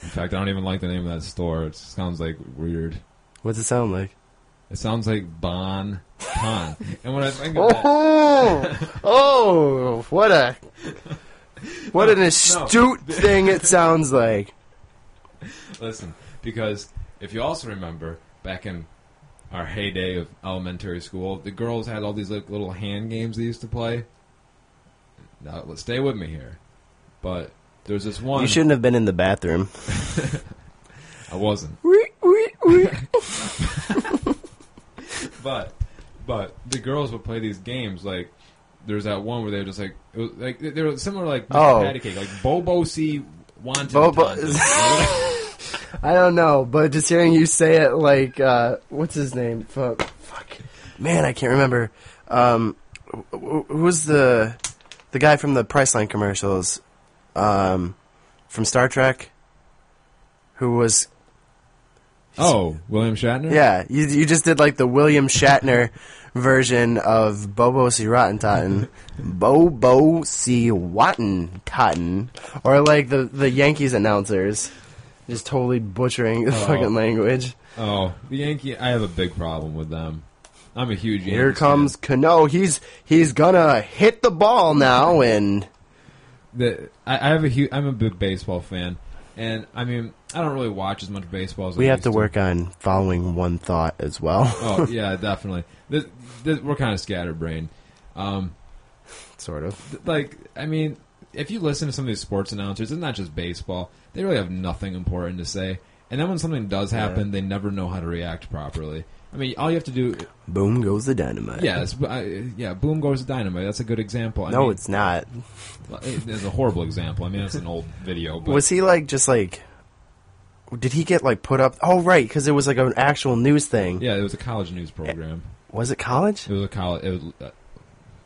In fact, I don't even like the name of that store. It sounds like weird.
What's it sound
[laughs]
like?
It sounds like Bon Ton. and when I think
[laughs]
of that,
Oh, oh, what a,
[laughs]
what an astute thing it sounds like.
Listen, because if you also remember back in our heyday of elementary school, the girls had all these like, little hand games they used to play. Now, let's stay with me here. But there was this one.
You shouldn't have been in
[laughs]
the bathroom.
I wasn't. But but the girls would play these games like. There's that one where they were just like, it was like they were similar like Mr.
Oh.
patty cake, like Bobo C. Wanted.
Bobo- [laughs]
I don't know, but just hearing you say it, like, uh, what's his name? Fuck. fuck.
Man, I can't remember. Um, wh- wh- who was the the guy from the Priceline commercials? Um, from Star Trek, who was
oh, William Shatner.
yeah? You you just did like the William Shatner version of Bobo C. Rotten Totten, Bobo C. Rotten Totten, or like the the Yankees announcers, just totally butchering the fucking language.
Oh, the Yankee. I have a big problem with them. I'm a huge.
Here
Yankees
comes Cano. He's he's gonna hit the ball now and.
fan. The, I, I have a huge. I'm a big baseball fan, and I mean, I don't really watch as much baseball as I
We have
used
to work on following one thought as well.
Oh yeah, definitely. This, this, we're kind of scatterbrained. Um,
[laughs] sort of.
th- like, I mean, if you listen to some of these sports announcers, it's not just baseball. They really have nothing important to say. And then when something does happen, they never know how to react properly. I mean, all you have to do,
Boom goes the dynamite.
yeah, it's, I, yeah, boom goes the dynamite. That's a good example. I
No,
mean,
it's not.
It- It's a horrible example. I mean, it's an old
[laughs]
video, but
Was he like just like? Did he get like put up? Oh right, because it was like an actual news thing.
yeah, it was a college news program.
Was it college?
It was a college. It was, uh,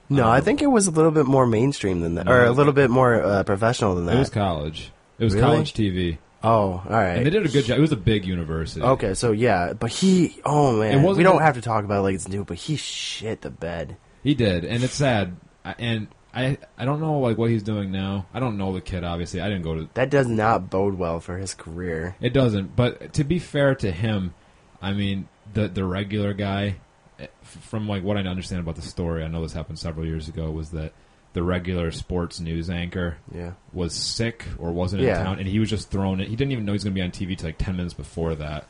No, I think it was a little bit more mainstream than that, or a little bit more uh, professional than that.
it was college. It was
Really?
college TV,
oh, all
and they
right.
did a good job. It was a big university.
Okay, so yeah, but he. Oh man,
wasn't
we don't
that-
have to talk about it like it's new, but he shit the bed.
He did, and it's sad. I, and I, I don't know like what he's doing now. I don't know the kid. Obviously, I didn't go to.
That does not bode well for his career.
It doesn't. But to be fair to him, I mean the the regular guy, eh, from like what I understand about the story, I know this happened several years ago. Was that the regular sports news anchor
Yeah.
was sick or wasn't in
Yeah.
town, and he was just thrown. It. He didn't even know he was going to be on TV till like ten minutes before that.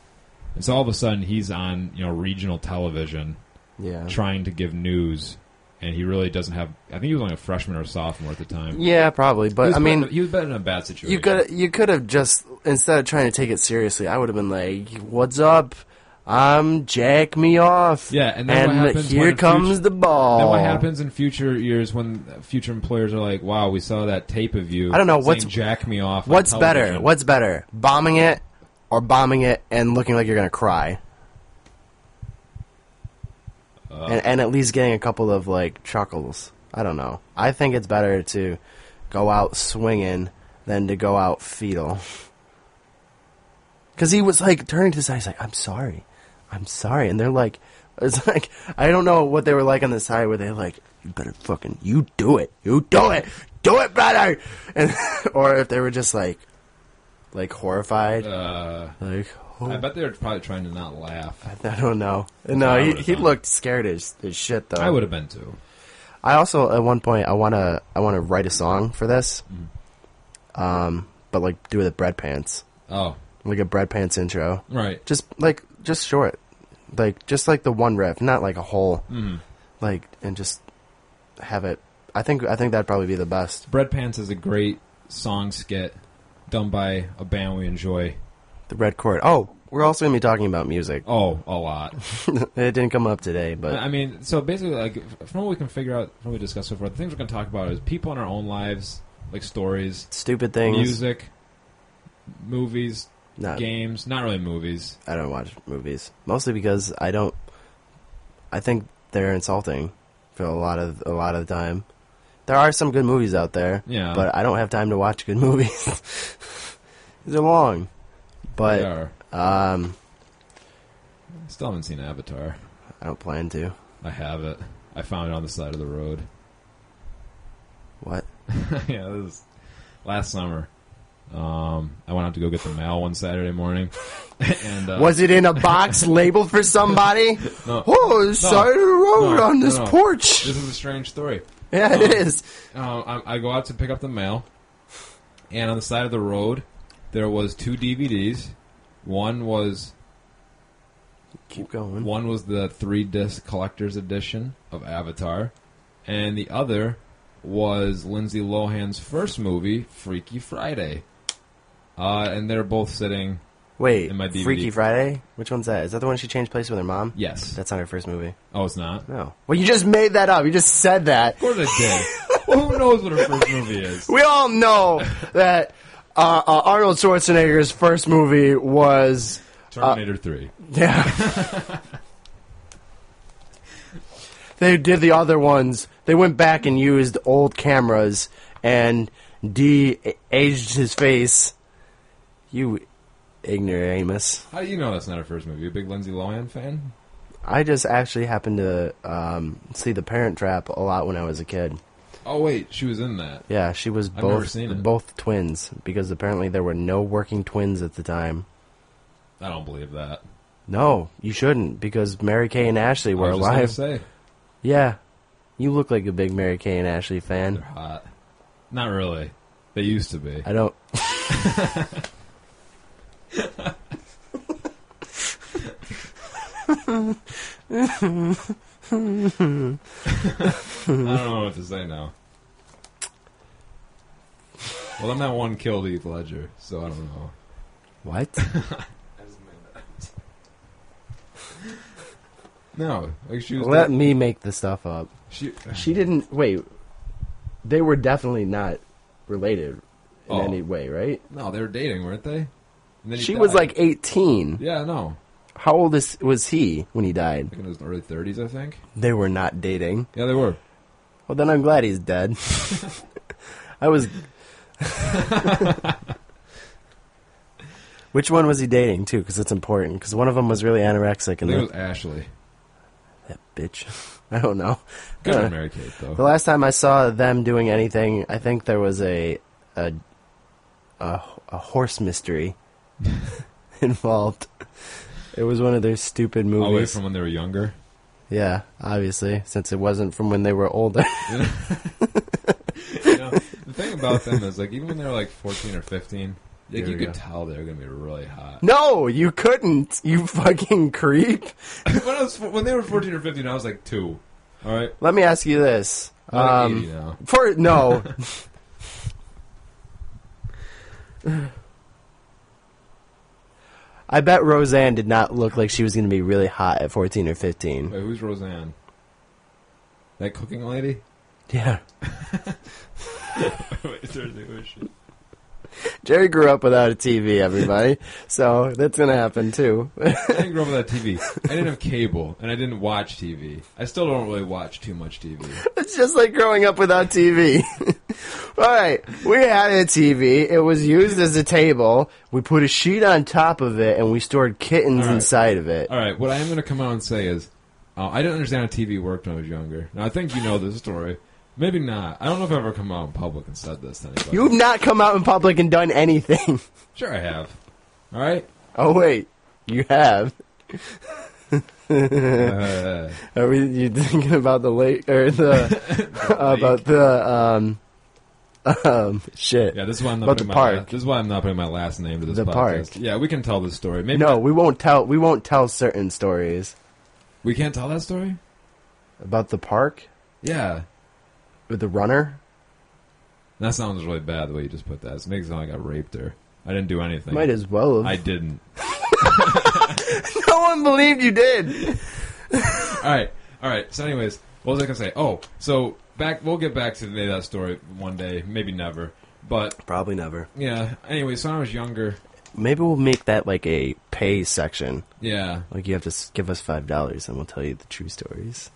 And so all of a sudden, he's on you know regional television
Yeah.
trying to give news, and he really doesn't have. I think he was only a freshman or sophomore at the time.
Yeah, probably,
He was
but I
put
mean,
in a- he was better in a bad situation.
You could you could have just instead of trying to take it seriously, I would have been like, "What's up? I'm Jack me off."
Yeah, and then what happens when
here
the
comes
future-
the ball.
Then what happens in future years when future employers are like, "Wow, we saw that tape of you."
I don't know, what's-
saying jack me off. on
What's better?
television."
What's better, bombing it or bombing it and looking like you're gonna cry?
Uh.
and, and at least getting a couple of like chuckles. I don't know. I think it's better to go out swinging than to go out fetal. Because he was like turning to the side, he's like, "I'm sorry, I'm sorry," and they're like, "It's [laughs] like I don't know what they were like on the side where they're like, you better fucking you do it, you do it, do it, brother," and [laughs] or if they were just like, like horrified,
Uh,
like
I
oh,
bet they're probably trying to not laugh.
I don't know.
what I
No, he,
would've
he
done.
looked scared as, as shit though.
I would have been too.
I also at one point I wanna I wanna write a song for this,
Mm-hmm.
um, but like do it with bread pants,
Oh,
like a bread pants intro,
right.
just like just short, like just like the one riff, not like a whole,
Mhm.
like and just have it. I think I think that'd probably be the best.
Bread Pants is a great song skit done by a band we enjoy.
The red chord. Oh, we're also gonna be talking about music. [laughs]
Oh, a lot.
it didn't come up today, but
I mean, so basically, like from what we can figure out, from what we discussed so far, the things we're going to talk about is people in our own lives, like stories,
stupid things.
music, movies,
Not-
games. Not really movies.
I don't watch movies mostly because I don't. I think they're insulting for a lot of a lot of the time. There are some good movies out there,
Yeah.
but I don't have time to watch good [laughs] movies. They're long,
They
but
are.
um,
Still haven't seen Avatar.
I don't plan to.
I have it. I found it on the side of the road. [laughs]
What?
yeah, this was last summer. Um, I went out to go get the mail one Saturday morning, [laughs] and uh,
Was it in
[laughs]
a box labeled for somebody?
No.
Oh, side of the road
No,
on
no,
this
no.
porch.
This is a strange story.
Yeah, it is.
Um, I, I go out to pick up the mail, and on the side of the road, there was two DVDs One was
Keep going.
one was the three disc collector's edition of Avatar, and the other was Lindsay Lohan's first movie, Freaky Friday. Uh, and they're both sitting.
Wait,
in my DVD.
Freaky Friday? Which one's that? Is that the one she changed place with her mom?
Yes.
That's not her first movie.
Oh, it's not. Of
No. Well, you just made that up. You just said that.
course it did. well, who knows what her first movie is?
Uh,
We all
[laughs]
know that uh, uh, Arnold Schwarzenegger's first movie was
Terminator Three.
yeah. they did the other ones. They went back and used old cameras and de-aged his face. You ignoramus.
How do you know that's not her first movie? You a big Lindsay Lohan fan?
I just actually happened to um, see The Parent Trap a lot when I was a kid.
Oh wait, she was in that.
Yeah, she was
I've never
both
seen it.
both twins because apparently there were no working twins at the time.
I don't believe that.
No, you shouldn't because Mary Kay and Ashley were
I was just gonna
alive.
Say
Yeah, you look like a big Mary Kay and Ashley
they're
fan.
hot. Not really. They used to be.
I don't. Mm-hmm.
I don't know what to say now. Well, then that one killed Heath Ledger, so I don't
[laughs]
know.
What?
No, like she was.
Let
the-
me make the stuff up.
she,
She didn't. Wait, they were definitely not related in
Oh.
any way, right?
no, they were dating, weren't they? And then he
She was
died.
like 18.
yeah, no,
How old is, was he when he died?
like in his early thirties, I think.
They were not dating.
Yeah, they were.
Well, then I'm glad he's [laughs] dead. I was. Which one was he dating too? Because it's important. Because one of them was really anorexic,
I
and
think it
the,
was Ashley.
that bitch. [laughs] I don't know.
Good
Uh,
one, Mary Kate, though.
The last time I saw them doing anything, I think there was a a a, a horse mystery [laughs] involved. It was one of their stupid
Away
movies.
from when they were younger.
yeah, obviously, since it wasn't from when they were older. [laughs]
You know, the thing about them is, like, even when they were like fourteen or fifteen, like,
There
you
we
could
go.
tell they were gonna be really hot. [laughs]
no, you couldn't. You fucking creep.
when I was when they were fourteen or fifteen, I was like two. All right,
Let me ask you this.
I'm like
Um,
80 now.
for
[laughs]
no, I bet Roseanne did not look like she was going to be really hot at fourteen or fifteen.
Wait, who's Roseanne? That cooking lady?
Yeah,
[laughs] Wait, seriously, who is she?
Jerry grew up without a TV. Everybody, so that's going to happen too. [laughs]
I didn't grow up without TV. I didn't have cable, and I didn't watch TV. I still don't really watch too much TV.
It's just like growing up without TV. [laughs] All right, we had a TV. It was used as a table. We put a sheet on top of it, and we stored kittens
All right.
inside of it.
All right, what I am going to come out and say is, uh, I didn't understand how TV worked when I was younger. Now I think you know this story. Maybe not. I don't know if I've ever come out in public and said this to anybody.
You've not come out in public and done anything. [laughs]
Sure, I have. All right.
Oh wait, you have.
Uh,
Are we, you thinking about the late
[laughs]
or the uh, about the um [laughs] um shit?
yeah, this is why I'm not
About
putting
the
my la-
park.
this is why I'm not putting my last name to this
The
podcast.
park.
Yeah, we can tell this story. Maybe
No, we won't tell. We won't tell certain stories
we can't tell that story.
about the park
Yeah,
with the runner.
that sounds really bad the way you just put that. It makes it sound like I raped her. I didn't do anything.
Might as well.
I
Have.
didn't.
[laughs] no one believed you did.
all right, all right. So, anyways, what was I gonna say? Oh, so back. We'll get back to maybe that story one day, maybe never. But
[laughs] Probably never.
yeah. Anyway, so when I was younger,
Maybe we'll make that like a pay section.
yeah,
Like you have to s- give us five dollars, and we'll tell you the true stories.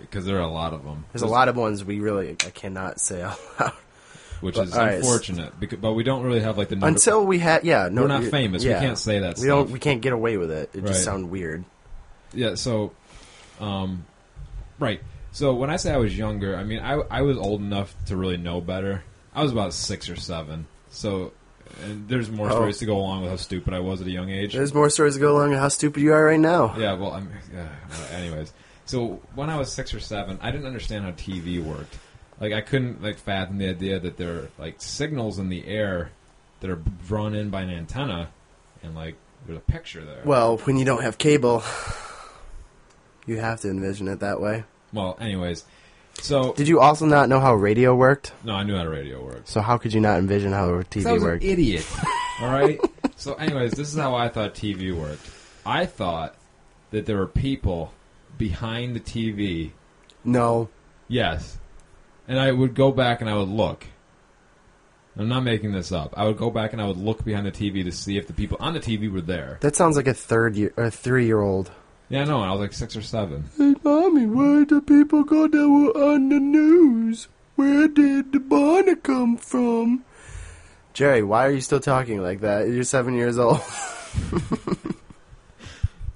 because there are a lot of them,
There's a lot of ones we really I cannot say out [laughs] loud.
which
but-
is
all right.
unfortunate. Because, but we don't really have like the number.
Until we had, yeah, no,
We're not
you-
famous. We
yeah.
can't say that
We don't.
stuff.
We can't get away with it. It
Right.
just sound weird.
yeah. So, um, right. So when I say I was younger, I mean I I was old enough to really know better. I was about six or seven. So. And there's more
Oh.
stories to go along with how stupid I was at a young age.
There's more stories to go along with how stupid you are right now.
Yeah, well, I'm, uh, anyways. So when I was six or seven, I didn't understand how TV worked. Like I couldn't like fathom the idea that there are like signals in the air that are drawn in by an antenna and like There's a picture there.
Well, when you don't have cable, [sighs] you have to envision it that way.
Well, anyways, so
Did you also not know how radio worked?
no, I knew how radio works.
So how could you not envision how
I
TV
was
worked?
an
[laughs]
idiot. All right. so, anyways, this is how I thought TV worked. I thought that there were people behind the TV.
no.
Yes, and I would go back and I would look. I'm not making this up. I would go back and I would look behind the TV to see if the people on the TV were there.
That sounds like a third year or three year old.
Yeah, no, I was like six or seven.
Hey, mommy, where the people go that were on the news? Where did the banner come from? Jerry, why are you still talking like that? You're seven years old. [laughs]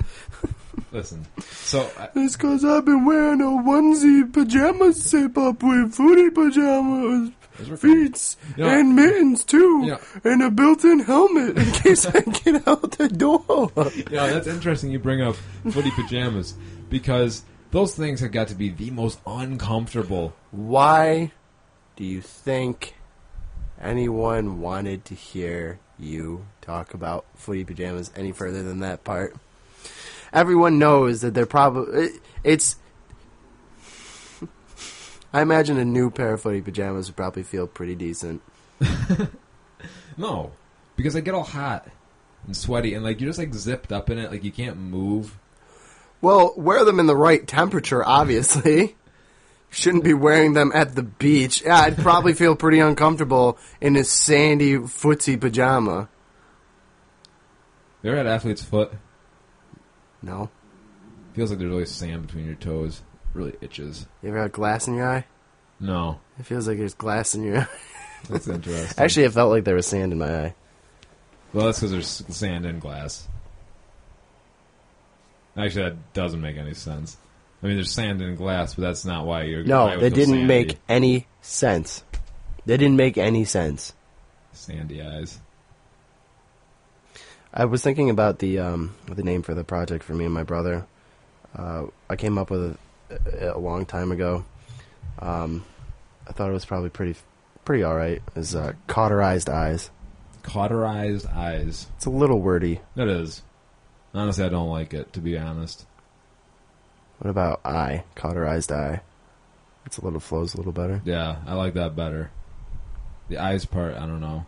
Listen, so I,
It's cause I've been wearing a onesie pajamas zip up with footy pajamas,
Those were fun.
feet,
Yeah.
and mittens too,
Yeah.
and a built-in helmet in [laughs] case I get out the door.
yeah, that's interesting. You bring up footy pajamas because those things have got to be the most uncomfortable.
Why do you think anyone wanted to hear you talk about footy pajamas any further than that part? Everyone knows that they're probably it's. [laughs] I imagine a new pair of footy pajamas would probably feel pretty decent.
No, because I get all hot and sweaty, and like you're just like zipped up in it, like you can't move.
Well, wear them in the right temperature, obviously. [laughs] Shouldn't be wearing them at the beach. Yeah, I'd probably feel pretty uncomfortable in a sandy footsie pajama.
They're at athlete's foot.
No?
Feels like there's always sand between your toes. Really itches.
You ever had glass in your eye?
No,
It feels like there's glass in your [laughs] eye.
that's interesting.
Actually, it felt like there was sand in my eye.
well, that's because there's s- sand and glass. Actually, that doesn't make any sense. I mean, there's sand and glass, but that's not why you're. why
No,
it
that
would feel
didn't
sandy.
make any sense. They didn't make any sense.
sandy eyes.
I was thinking about the um, the name for the project for me and my brother. Uh, I came up with it uh, a long time ago. Um, I thought it was probably pretty pretty all right. Is uh, cauterized eyes.
Cauterized eyes.
It's a little wordy.
That is. Honestly, I don't like it, to be honest.
What about eye? Cauterized eye. It's a little flows a little better.
Yeah, I like that better. The eyes part, I don't know.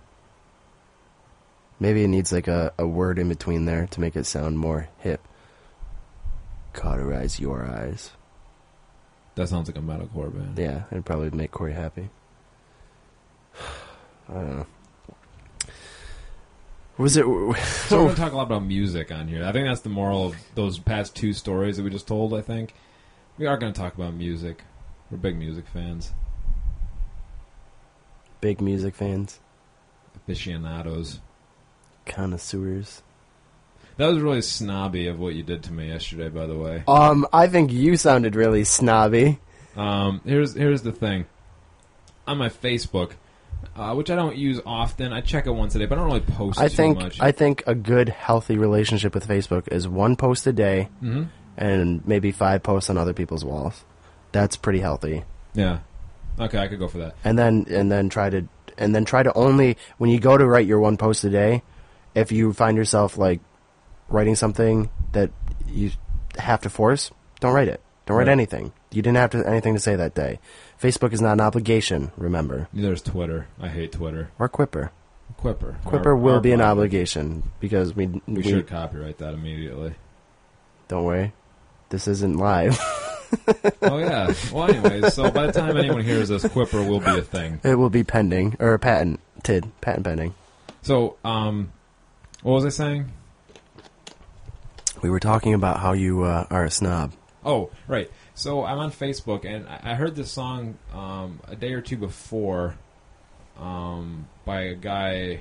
Maybe it needs like a, a word in between there to make it sound more hip. Cauterize your eyes.
That sounds like a metalcore band.
Yeah, it'd probably make Corey happy. [sighs] I don't know. Was it?
So we're going to talk a lot about music on here. I think that's the moral of those past two stories that we just told, I think. We are going to talk about music. We're big music fans.
Big music fans,
Aficionados.
connoisseurs.
That was really snobby of what you did to me yesterday, by the way.
Um, I think you sounded really snobby.
Um, here's here's the thing. On my Facebook, uh, which I don't use often, I check it once a day, but I don't really post
I
too
think
much.
I think a good, healthy relationship with Facebook is one post a day
hmm
and maybe five posts on other people's walls. That's pretty healthy.
Yeah. Okay, I could go for that.
and then and then try to and then try to only when you go to write your one post a day if you find yourself like writing something that you have to force don't write it don't write
Right.
anything you didn't have to, anything to say that day facebook is not an obligation remember
Neither is Twitter. I hate Twitter.
or quipper
Quipper.
quipper
Our-
will
our
be an
problem.
obligation because we, we,
We should copyright that immediately.
don't worry this isn't live [laughs]
oh yeah. Well, anyways, so by the time anyone hears this, Quipper will be a thing.
it will be pending or patented patent pending
So, um, what was I saying?
we were talking about how you uh, are a snob
Oh, right. So I'm on Facebook, and I I heard this song um, a day or two before um, by a guy,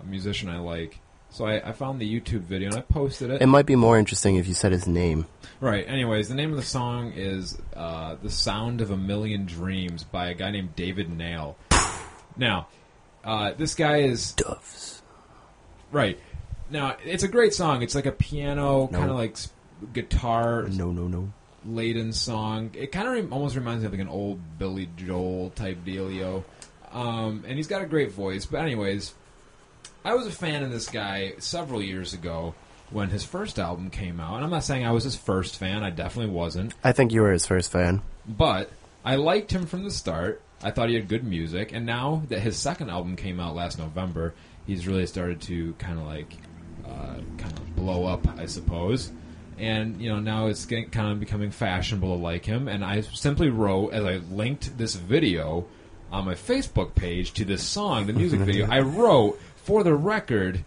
a musician I like. So I, I found the YouTube video and I posted it.
it might be more interesting if you said his name
Right. Anyways, the name of the song is uh, "The Sound of a Million Dreams" by a guy named David Nail. Now, uh, this guy is
doves
right. Now, it's a great song. It's like a piano
No.
kind of like s- guitar
No, no, no.
laden song. It kind of re- almost reminds me of like an old Billy Joel type dealio. Um, and he's got a great voice. But anyways, I was a fan of this guy several years ago when his first album came out, and I'm not saying I was his first fan. I definitely wasn't,
I think you were his first fan.
but I liked him from the start. I thought he had good music, and now that his second album came out last November, he's really started to kind of like uh, kind of blow up, I suppose. And you know now it's getting, kind of becoming fashionable to like him. And I simply wrote as I linked this video on my Facebook page to this song, the music video. I wrote for the record,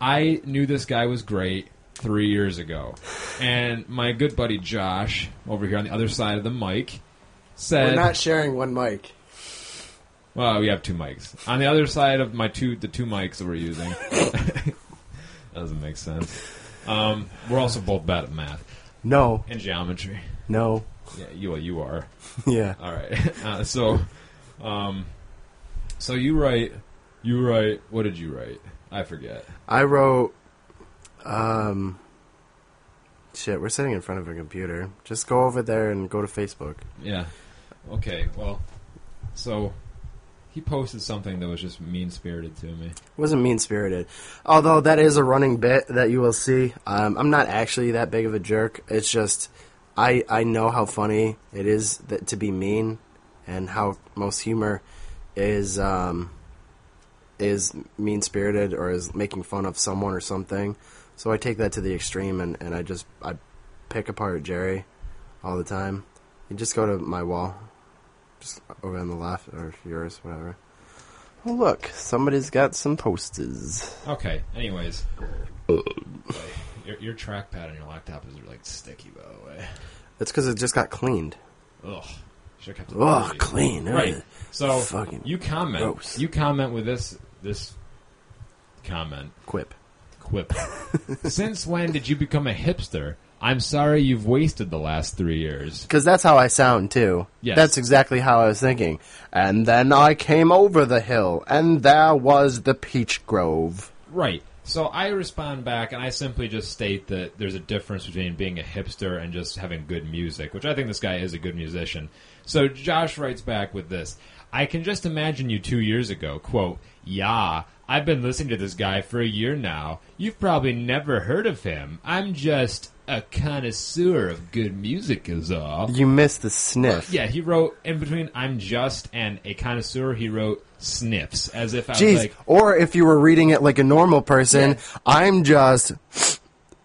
I knew this guy was great three years ago, and my good buddy Josh over here on the other side of the mic
We're
said,
not sharing one mic.
well, we have two mics. On the other side of my two, the two mics that we're using. [laughs] that doesn't make sense. Um, we're also both bad at math
No,
and geometry.
no, [laughs]
Yeah, you well, you are.
yeah.
All right. [laughs] Uh, so, um, so you write, you write. What did you write? I forget.
I wrote. Um, shit, we're sitting in front of a computer. Just go over there and go to Facebook.
Yeah. Okay. Well, so he posted something that was just mean spirited to me.
wasn't mean spirited. Although that is a running bit that you will see. Um, I'm not actually that big of a jerk. It's just I I know how funny it is that to be mean, and how most humor is um, is mean spirited or is making fun of someone or something. So I take that to the extreme, and, and I just I pick apart Jerry all the time. You just go to my wall, just over on the left or yours, whatever. Oh, look, somebody's got some posters.
Okay. Anyways, your, your trackpad on your laptop is like sticky. By the way.
It's because it just got cleaned.
Ugh. Should have kept it.
Ugh,
dirty.
clean. eh? ugh.
Right. So
Fucking
you comment.
gross.
You comment with this this comment.
Quip. [laughs]
Quip. Since when did you become a hipster? I'm sorry you've wasted the last three years.
Because that's how I sound, too.
Yes.
That's exactly how I was thinking. And then I came over the hill, and there was the peach grove.
Right. So I respond back, and I simply just state that there's a difference between being a hipster and just having good music, which I think this guy is a good musician. So Josh writes back with this I can just imagine you two years ago. Quote, Yeah, I've been listening to this guy for a year now. You've probably never heard of him. I'm just a connoisseur of good music, is all.
You missed the sniff.
Yeah, he wrote in between I'm just and a connoisseur, he wrote sniffs, as if I
Jeez.
was like,
or if you were reading it like a normal person, I'm just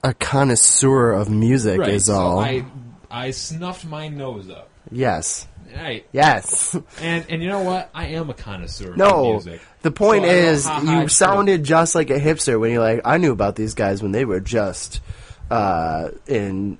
a connoisseur of music,
Right.
is all.
So I I snuffed my nose up.
Yes.
Right.
Yes. [laughs]
And and you know what? I am a connoisseur
No,
of music.
the point
So I go,
is,
"Ha, ha,
you
it's
sounded just like a hipster when you're like, I knew about these guys when they were just uh, in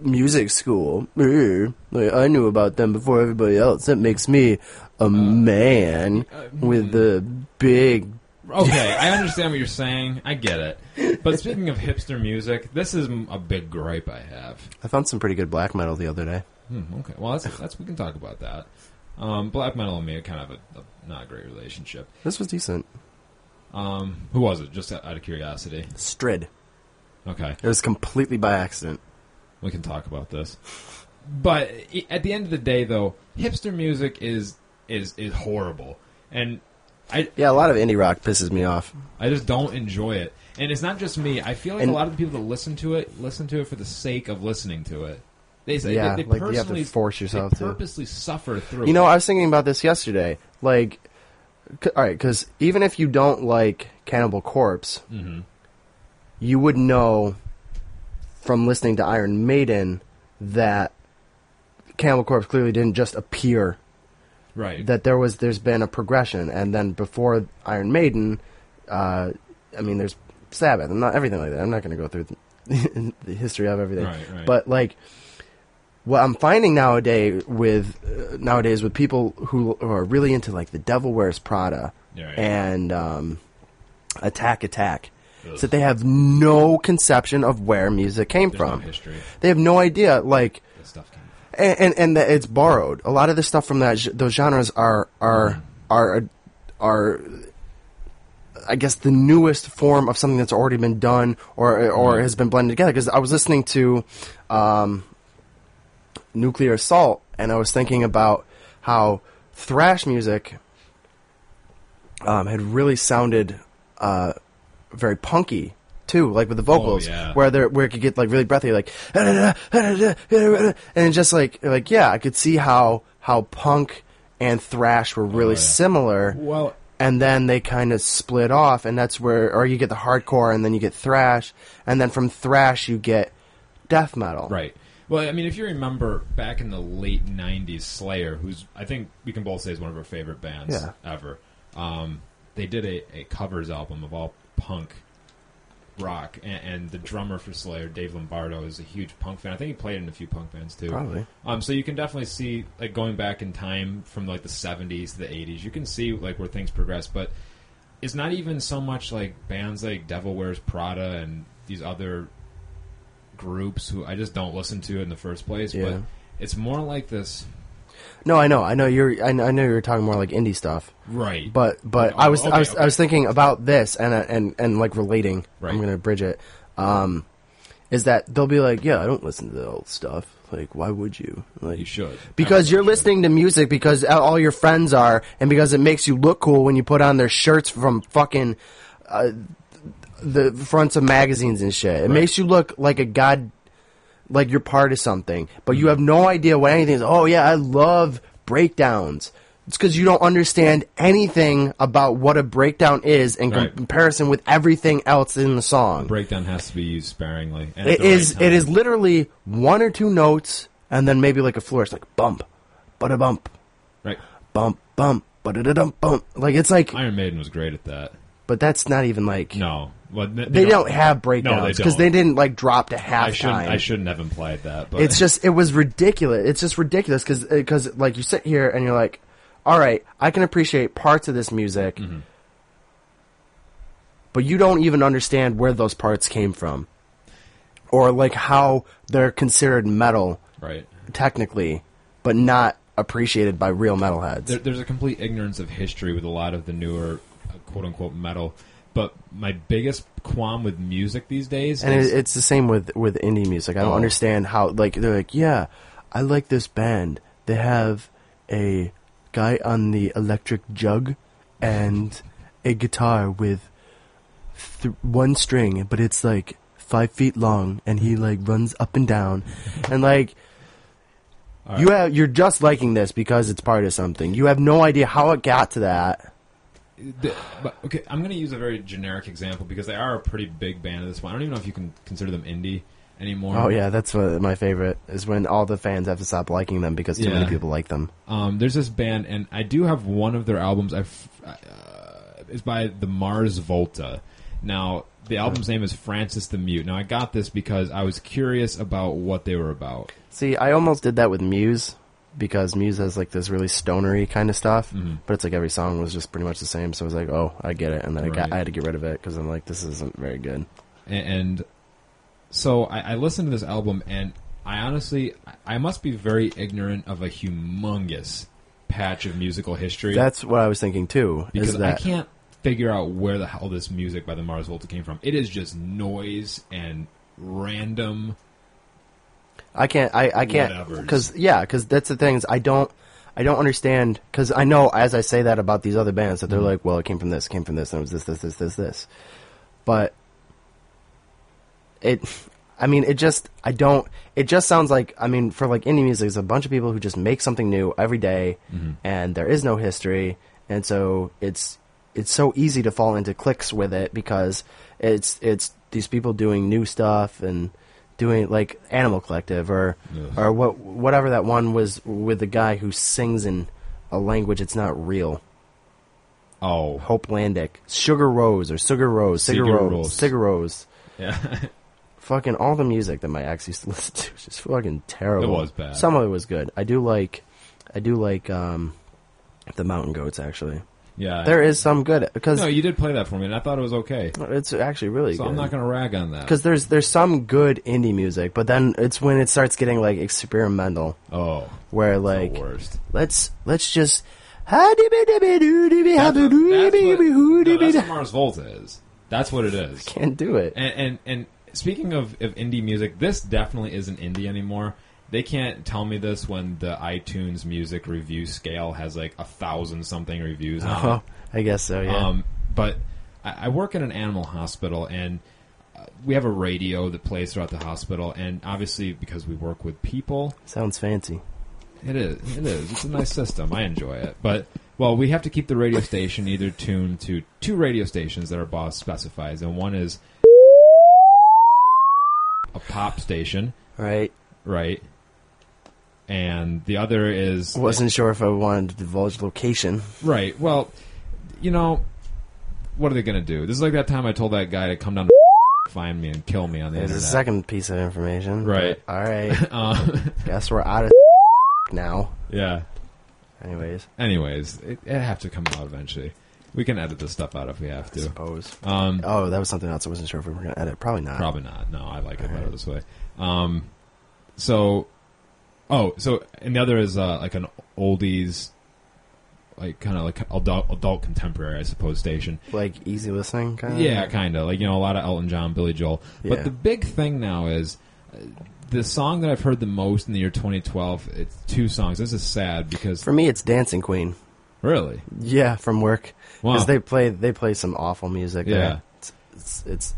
music school. Er, like, I knew about them before everybody else. That makes me
Uh,
a man
mm.
with a big.
true." Okay, I understand what you're saying. I get it. But speaking of hipster music, this is m- a big gripe I have.
I found some pretty good black metal the other day.
Hmm, okay, well that's that's we can talk about that. Um, black metal and me are kind of a, a not a great relationship.
This was decent.
Um, who was it? Just out out of curiosity.
Strid.
Okay.
It was completely by accident.
We can talk about this. But i- at the end of the day, though, hipster music is is is horrible, and I
Yeah, a lot of indie rock pisses me off.
I just don't enjoy it. And it's not just me. I feel like
And-
a lot of the people that listen to it listen to it for the sake of listening to it. They say
Yeah,
they, they
like, you have to
personally
force yourself
They
to.
purposely suffer through.
You know,
it.
I was thinking about this yesterday. Like, c- all right, because even if you don't like Cannibal Corpse, you would know from listening to Iron Maiden that Cannibal Corpse clearly didn't just appear.
right?
That there was, there's been a progression, and then before Iron Maiden, uh, I mean, there's Sabbath and not everything like that. I'm not going to go through the, [laughs] the history of everything,
Right, right.
but like what I'm finding nowadays with uh, nowadays with people who, who are really into like the Devil Wears Prada
Yeah, right.
and um, Attack Attack,
Ugh.
is that they have no conception of where music came
There's no
from.
history.
they have no idea, like,
That stuff came. from.
and and, and that it's borrowed. A lot of the stuff from that ge- those genres are are are are. I guess the newest form of something that's already been done or or has been blended together. Because I was listening to um, Nuclear Assault, and I was thinking about how thrash music um, had really sounded uh, very punky too, like with the vocals,
yeah.
where they're, where it could get like really breathy, like and just like like yeah, I could see how how punk and thrash were really
Oh, yeah.
similar.
Well,
and then they kind of split off, and that's where, or you get the hardcore, and then you get thrash, and then from thrash you get death metal.
Right. Well, I mean, if you remember back in the late '90s, Slayer, who's I think we can both say is one of our favorite bands
Yeah.
ever, um, they did a, a covers album of all punk rock, and, and the drummer for Slayer, Dave Lombardo, is a huge punk fan. I think he played in a few punk bands too.
Probably.
Um, so you can definitely see, like, going back in time from like the '70s to the '80s, you can see like where things progress. But it's not even so much like bands like Devil Wears Prada and these other groups who I just don't listen to in the first place.
Yeah.
But it's more like this,
No, I know, I know you're, I, I know you're talking more like indie stuff,
right?
but but
Oh,
I was I was
okay,
I was thinking about this and uh, and and like relating.
Right.
I'm gonna bridge it. Um, is that they'll be like, yeah, I don't listen to that old stuff. Like, why would you? Like,
you should
Because you're listening to music because all your friends are, and because it makes you look cool when you put on their shirts from fucking uh, the fronts of magazines and shit. It makes you look like a god, like you're part of something, but
Mm.
you have no idea what anything is. Oh yeah, I love breakdowns. It's because you don't understand anything about what a breakdown is in com-
Right.
comparison with everything else in the song.
breakdown has to be used sparingly. And at
It
the right
is.
time.
It is literally one or two notes, and then maybe like a flourish, like bump, but a bump,
right.
bump, bump, but a dump, bump. Like it's like,
Iron Maiden was great at that.
but that's not even like
No, well, they,
they, don't, have breakdowns because
don't.
they didn't like drop to
I shouldn't. I
halftime.
shouldn't have implied that. But
It's just it was ridiculous. It's just ridiculous because because like you sit here and you're like, all right, I can appreciate parts of this music,
Mm-hmm.
but you don't even understand where those parts came from, or like how they're considered metal
right.
technically, but not appreciated by real metalheads.
There, there's a complete ignorance of history with a lot of the newer uh, quote unquote metal. But my biggest qualm with music these days
and
is
it, it's the same with with indie music. I don't
Oh.
understand how like they're like, yeah, I like this band. They have a guy on the electric jug and a guitar with th- one string, but it's like five feet long, and he like runs up and down, and like. You have, you're just liking this because it's part of something. You have no idea how it got to that.
The- but, okay, I'm going to use a very generic example because they are a pretty big band at this point. I don't even know if you can consider them indie anymore.
Oh yeah, that's what my favorite is when all the fans have to stop liking them because too many
Yeah.
people like them.
Um, there's this band, and I do have one of their albums. I've uh, is by the Mars Volta. Now the album's name is Francis the Mute. Now I got this because I was curious about what they were about.
See, I almost did that with Muse because Muse has like this really stonery kind of stuff,
Mm-hmm.
but it's like every song was just pretty much the same. So I was like, oh, I get it, and then I, got,
Right.
I had to get rid of it because I'm like, this isn't very good.
A- and so I, I listened to this album and i honestly I- i must be very ignorant of a humongous patch of musical history
That's what I was thinking too.
because
is that
i can't figure out where the hell this music by the mars volta came from it is just noise and random
I can't. I, I can't.
Whatevers.
Because yeah, because that's the thing is I don't. I don't understand because I know as I say that about these other bands that they're
Mm-hmm.
like, well, it came from this, it came from this, and it was this, this, this, this, this. But it, I mean, it just I don't. It just sounds like I mean, for like indie music, it's a bunch of people who just make something new every day, and there is no history, and so it's it's so easy to fall into cliques with it because it's it's these people doing new stuff and doing like Animal Collective or
Ugh.
or what whatever that one was with the guy who sings in a language it's not real.
oh
Hope Landic, Sugar Rose or Sugar Rose, Sugar
Sigur
Rose,
Rós.
Sugar Rose.
[laughs] yeah
Fucking all the music that my ex used to listen to was just fucking terrible.
It was bad.
Some of it was good. I do like, I do like um, the Mountain Goats actually.
yeah
There is some good because
no you did play that for me and i thought it was okay
it's actually really
so
good.
i'm not gonna rag on that
because there's there's some good indie music, but then it's when it starts getting like experimental,
oh
where
the
like
worst
let's let's just
[laughs]
can't
that's what, that's what, no, that's what
do
mars volta is that's what it is
it.
And and, and speaking of, of indie music, this definitely isn't indie anymore. They can't tell me this when the iTunes music review scale has like a thousand something reviews on
Oh, I guess so.
it.
Yeah.
Um, but I, I work in an animal hospital, and uh, we have a radio that plays throughout the hospital. And obviously, because we work with people,
Sounds fancy.
it is. It is. It's a nice system. I enjoy it. But well, we have to keep the radio station either tuned to two radio stations that our boss specifies, and one is a pop station,
Right.
right? And the other is
Wasn't sure if I wanted to divulge location.
right. Well, you know, what are they going to do? This is like that time I told that guy to come down to [laughs] find me and kill me on the
There's a
internet.
second piece of information.
Right.
All right.
[laughs] Uh,
[laughs] Guess we're out of now.
yeah.
Anyways,
Anyways, it, it have to come out eventually. We can edit this stuff out if we have
I
to.
suppose.
Um,
Oh, that was something else. I wasn't sure if we were going to edit. Probably not.
Probably not. No, I like it better this way. Um, so, oh, so and the other is uh, like an oldies, like kind of like adult, adult contemporary, I suppose, station.
Like easy listening, kind of. [laughs]
yeah, kind of like you know a lot of Elton John, Billy Joel.
Yeah.
But the big thing now is uh, the song that I've heard the most in the year 2012. It's two songs. This is sad because
For me, it's Dancing Queen.
really,
Yeah, from work
Wow.
because they play they play some awful music.
Yeah.
there. It's, it's it's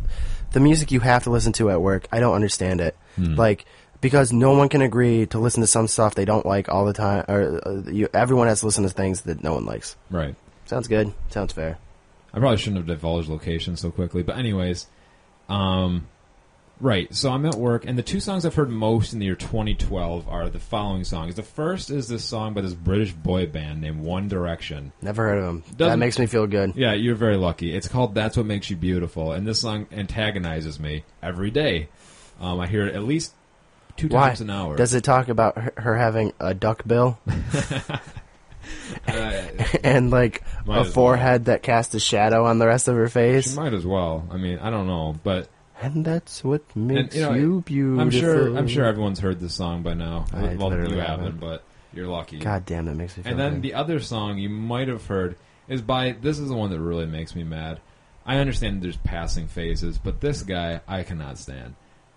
the music you have to listen to at work. I don't understand it,
Hmm.
like because no one can agree to listen to some stuff they don't like all the time, or uh, you, everyone has to listen to things that no one likes.
right?
Sounds good. Sounds fair.
I probably shouldn't have divulged location so quickly, but anyways, um, right. So I'm at work, and the two songs I've heard most in the year 2012 are the following songs. The first is this song by this British boy band named One Direction.
Never heard of them. that
Doesn't-
makes me feel good.
Yeah, you're very lucky. It's called "That's What Makes You Beautiful," and this song antagonizes me every day. Um, I hear it at least two
Why
times an hour.
does it talk about her, her having a duck bill [laughs]
Uh,
and like
Might as well.
a forehead that casts a shadow on the rest of her
she
face?
might as well. I mean, I don't know, but
And that's what makes you,
know,
beautiful.
I'm sure. I'm sure everyone's heard this song by now.
I
well,
literally
you haven't,
haven't.
but you're lucky.
God damn, that makes me feel
And then
good.
the other song you might have heard is by this is the one that really makes me mad. I understand there's passing phases, but this guy I cannot stand.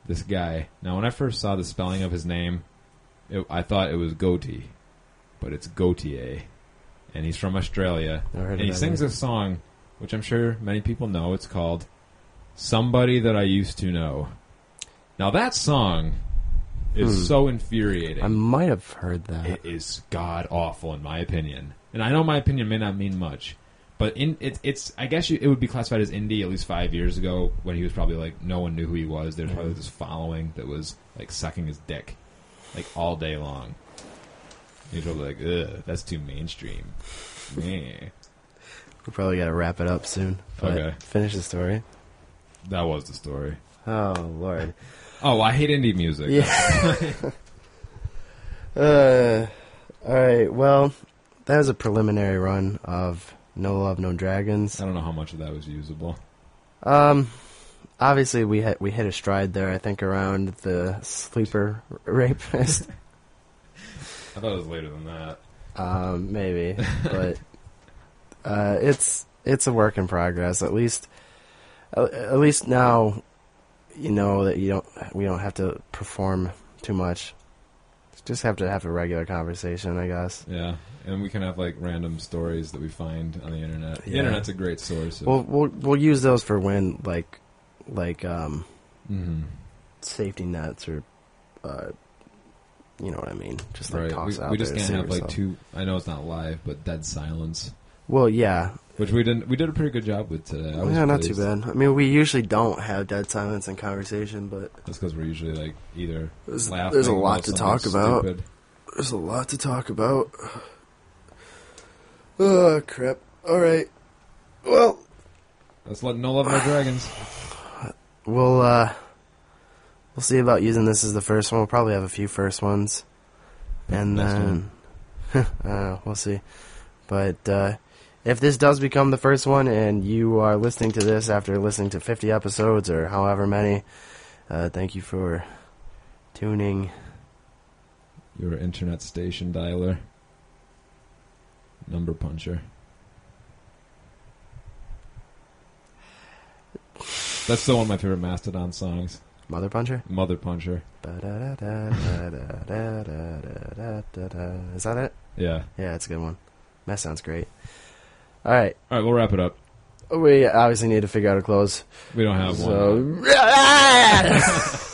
This guy. Now, when I first saw the spelling of his name, it, I thought it was Goatee, but it's Gautier, and he's from Australia.
Never heard
And
of
he
that
sings a song which I'm sure many people know. It's called "Somebody That I Used to Know." Now that song is so infuriating.
I might have heard that.
It is god awful in my opinion. And I know my opinion may not mean much, but in it, it's I guess you, it would be classified as indie at least five years ago when he was probably like no one knew who he was. There was probably this following that was like sucking his dick like all day long. He's probably like, ugh, that's too mainstream. Meh.
we probably got to wrap it up soon. But
Okay.
Finish the story.
That was the story.
Oh lord.
Oh, I hate indie music.
Yeah. uh, all right. Well, that was a preliminary run of No Love, No Dragons.
I don't know how much of that was usable.
Um, obviously we hit we hit a stride there. I think around the sleeper rapist.
I thought it was later than that.
Um, maybe, but uh, it's it's a work in progress. At least, at, at least now, you know that you don't we don't have to perform too much. Just have to have a regular conversation, I guess.
Yeah, and we can have like random stories that we find on the internet. The
Yeah.
internet's a great source. Of,
We'll we'll we'll use those for when like like um
Mhm.
safety nets or uh you know what I mean. Just like
right.
talks
we,
out
we just
there to
can't
save
have like two.
yourself.
I know it's not live, but dead silence,
Well, yeah,
which we didn't. We did a pretty good job with today. I was
yeah, not too
pleased.
bad. I mean, we usually don't have dead silence in conversation, but
That's because we're usually like either
There's-
laughing.
there's a
about
lot to
something
talk about.
stupid.
There's a lot to talk about. Oh, crap. All right. Well,
Let's let no love no dragons.
we'll uh we'll see about using this as the first one. We'll probably have a few first ones. [sighs] And
Next
then [laughs] uh, we'll see. But uh if this does become the first one and you are listening to this after listening to 50 episodes or however many, uh thank you for tuning.
Your internet station dialer, number puncher. That's still one of my favorite Mastodon songs.
Mother Puncher?
Mother puncher.
Ba-da-da-da-da-da-da-da-da-da-da. Is that it?
Yeah.
Yeah, it's a good one. That sounds great. All right.
All right, we'll wrap it up.
We obviously need to figure out our clothes. [laughs]
We don't have one.
So.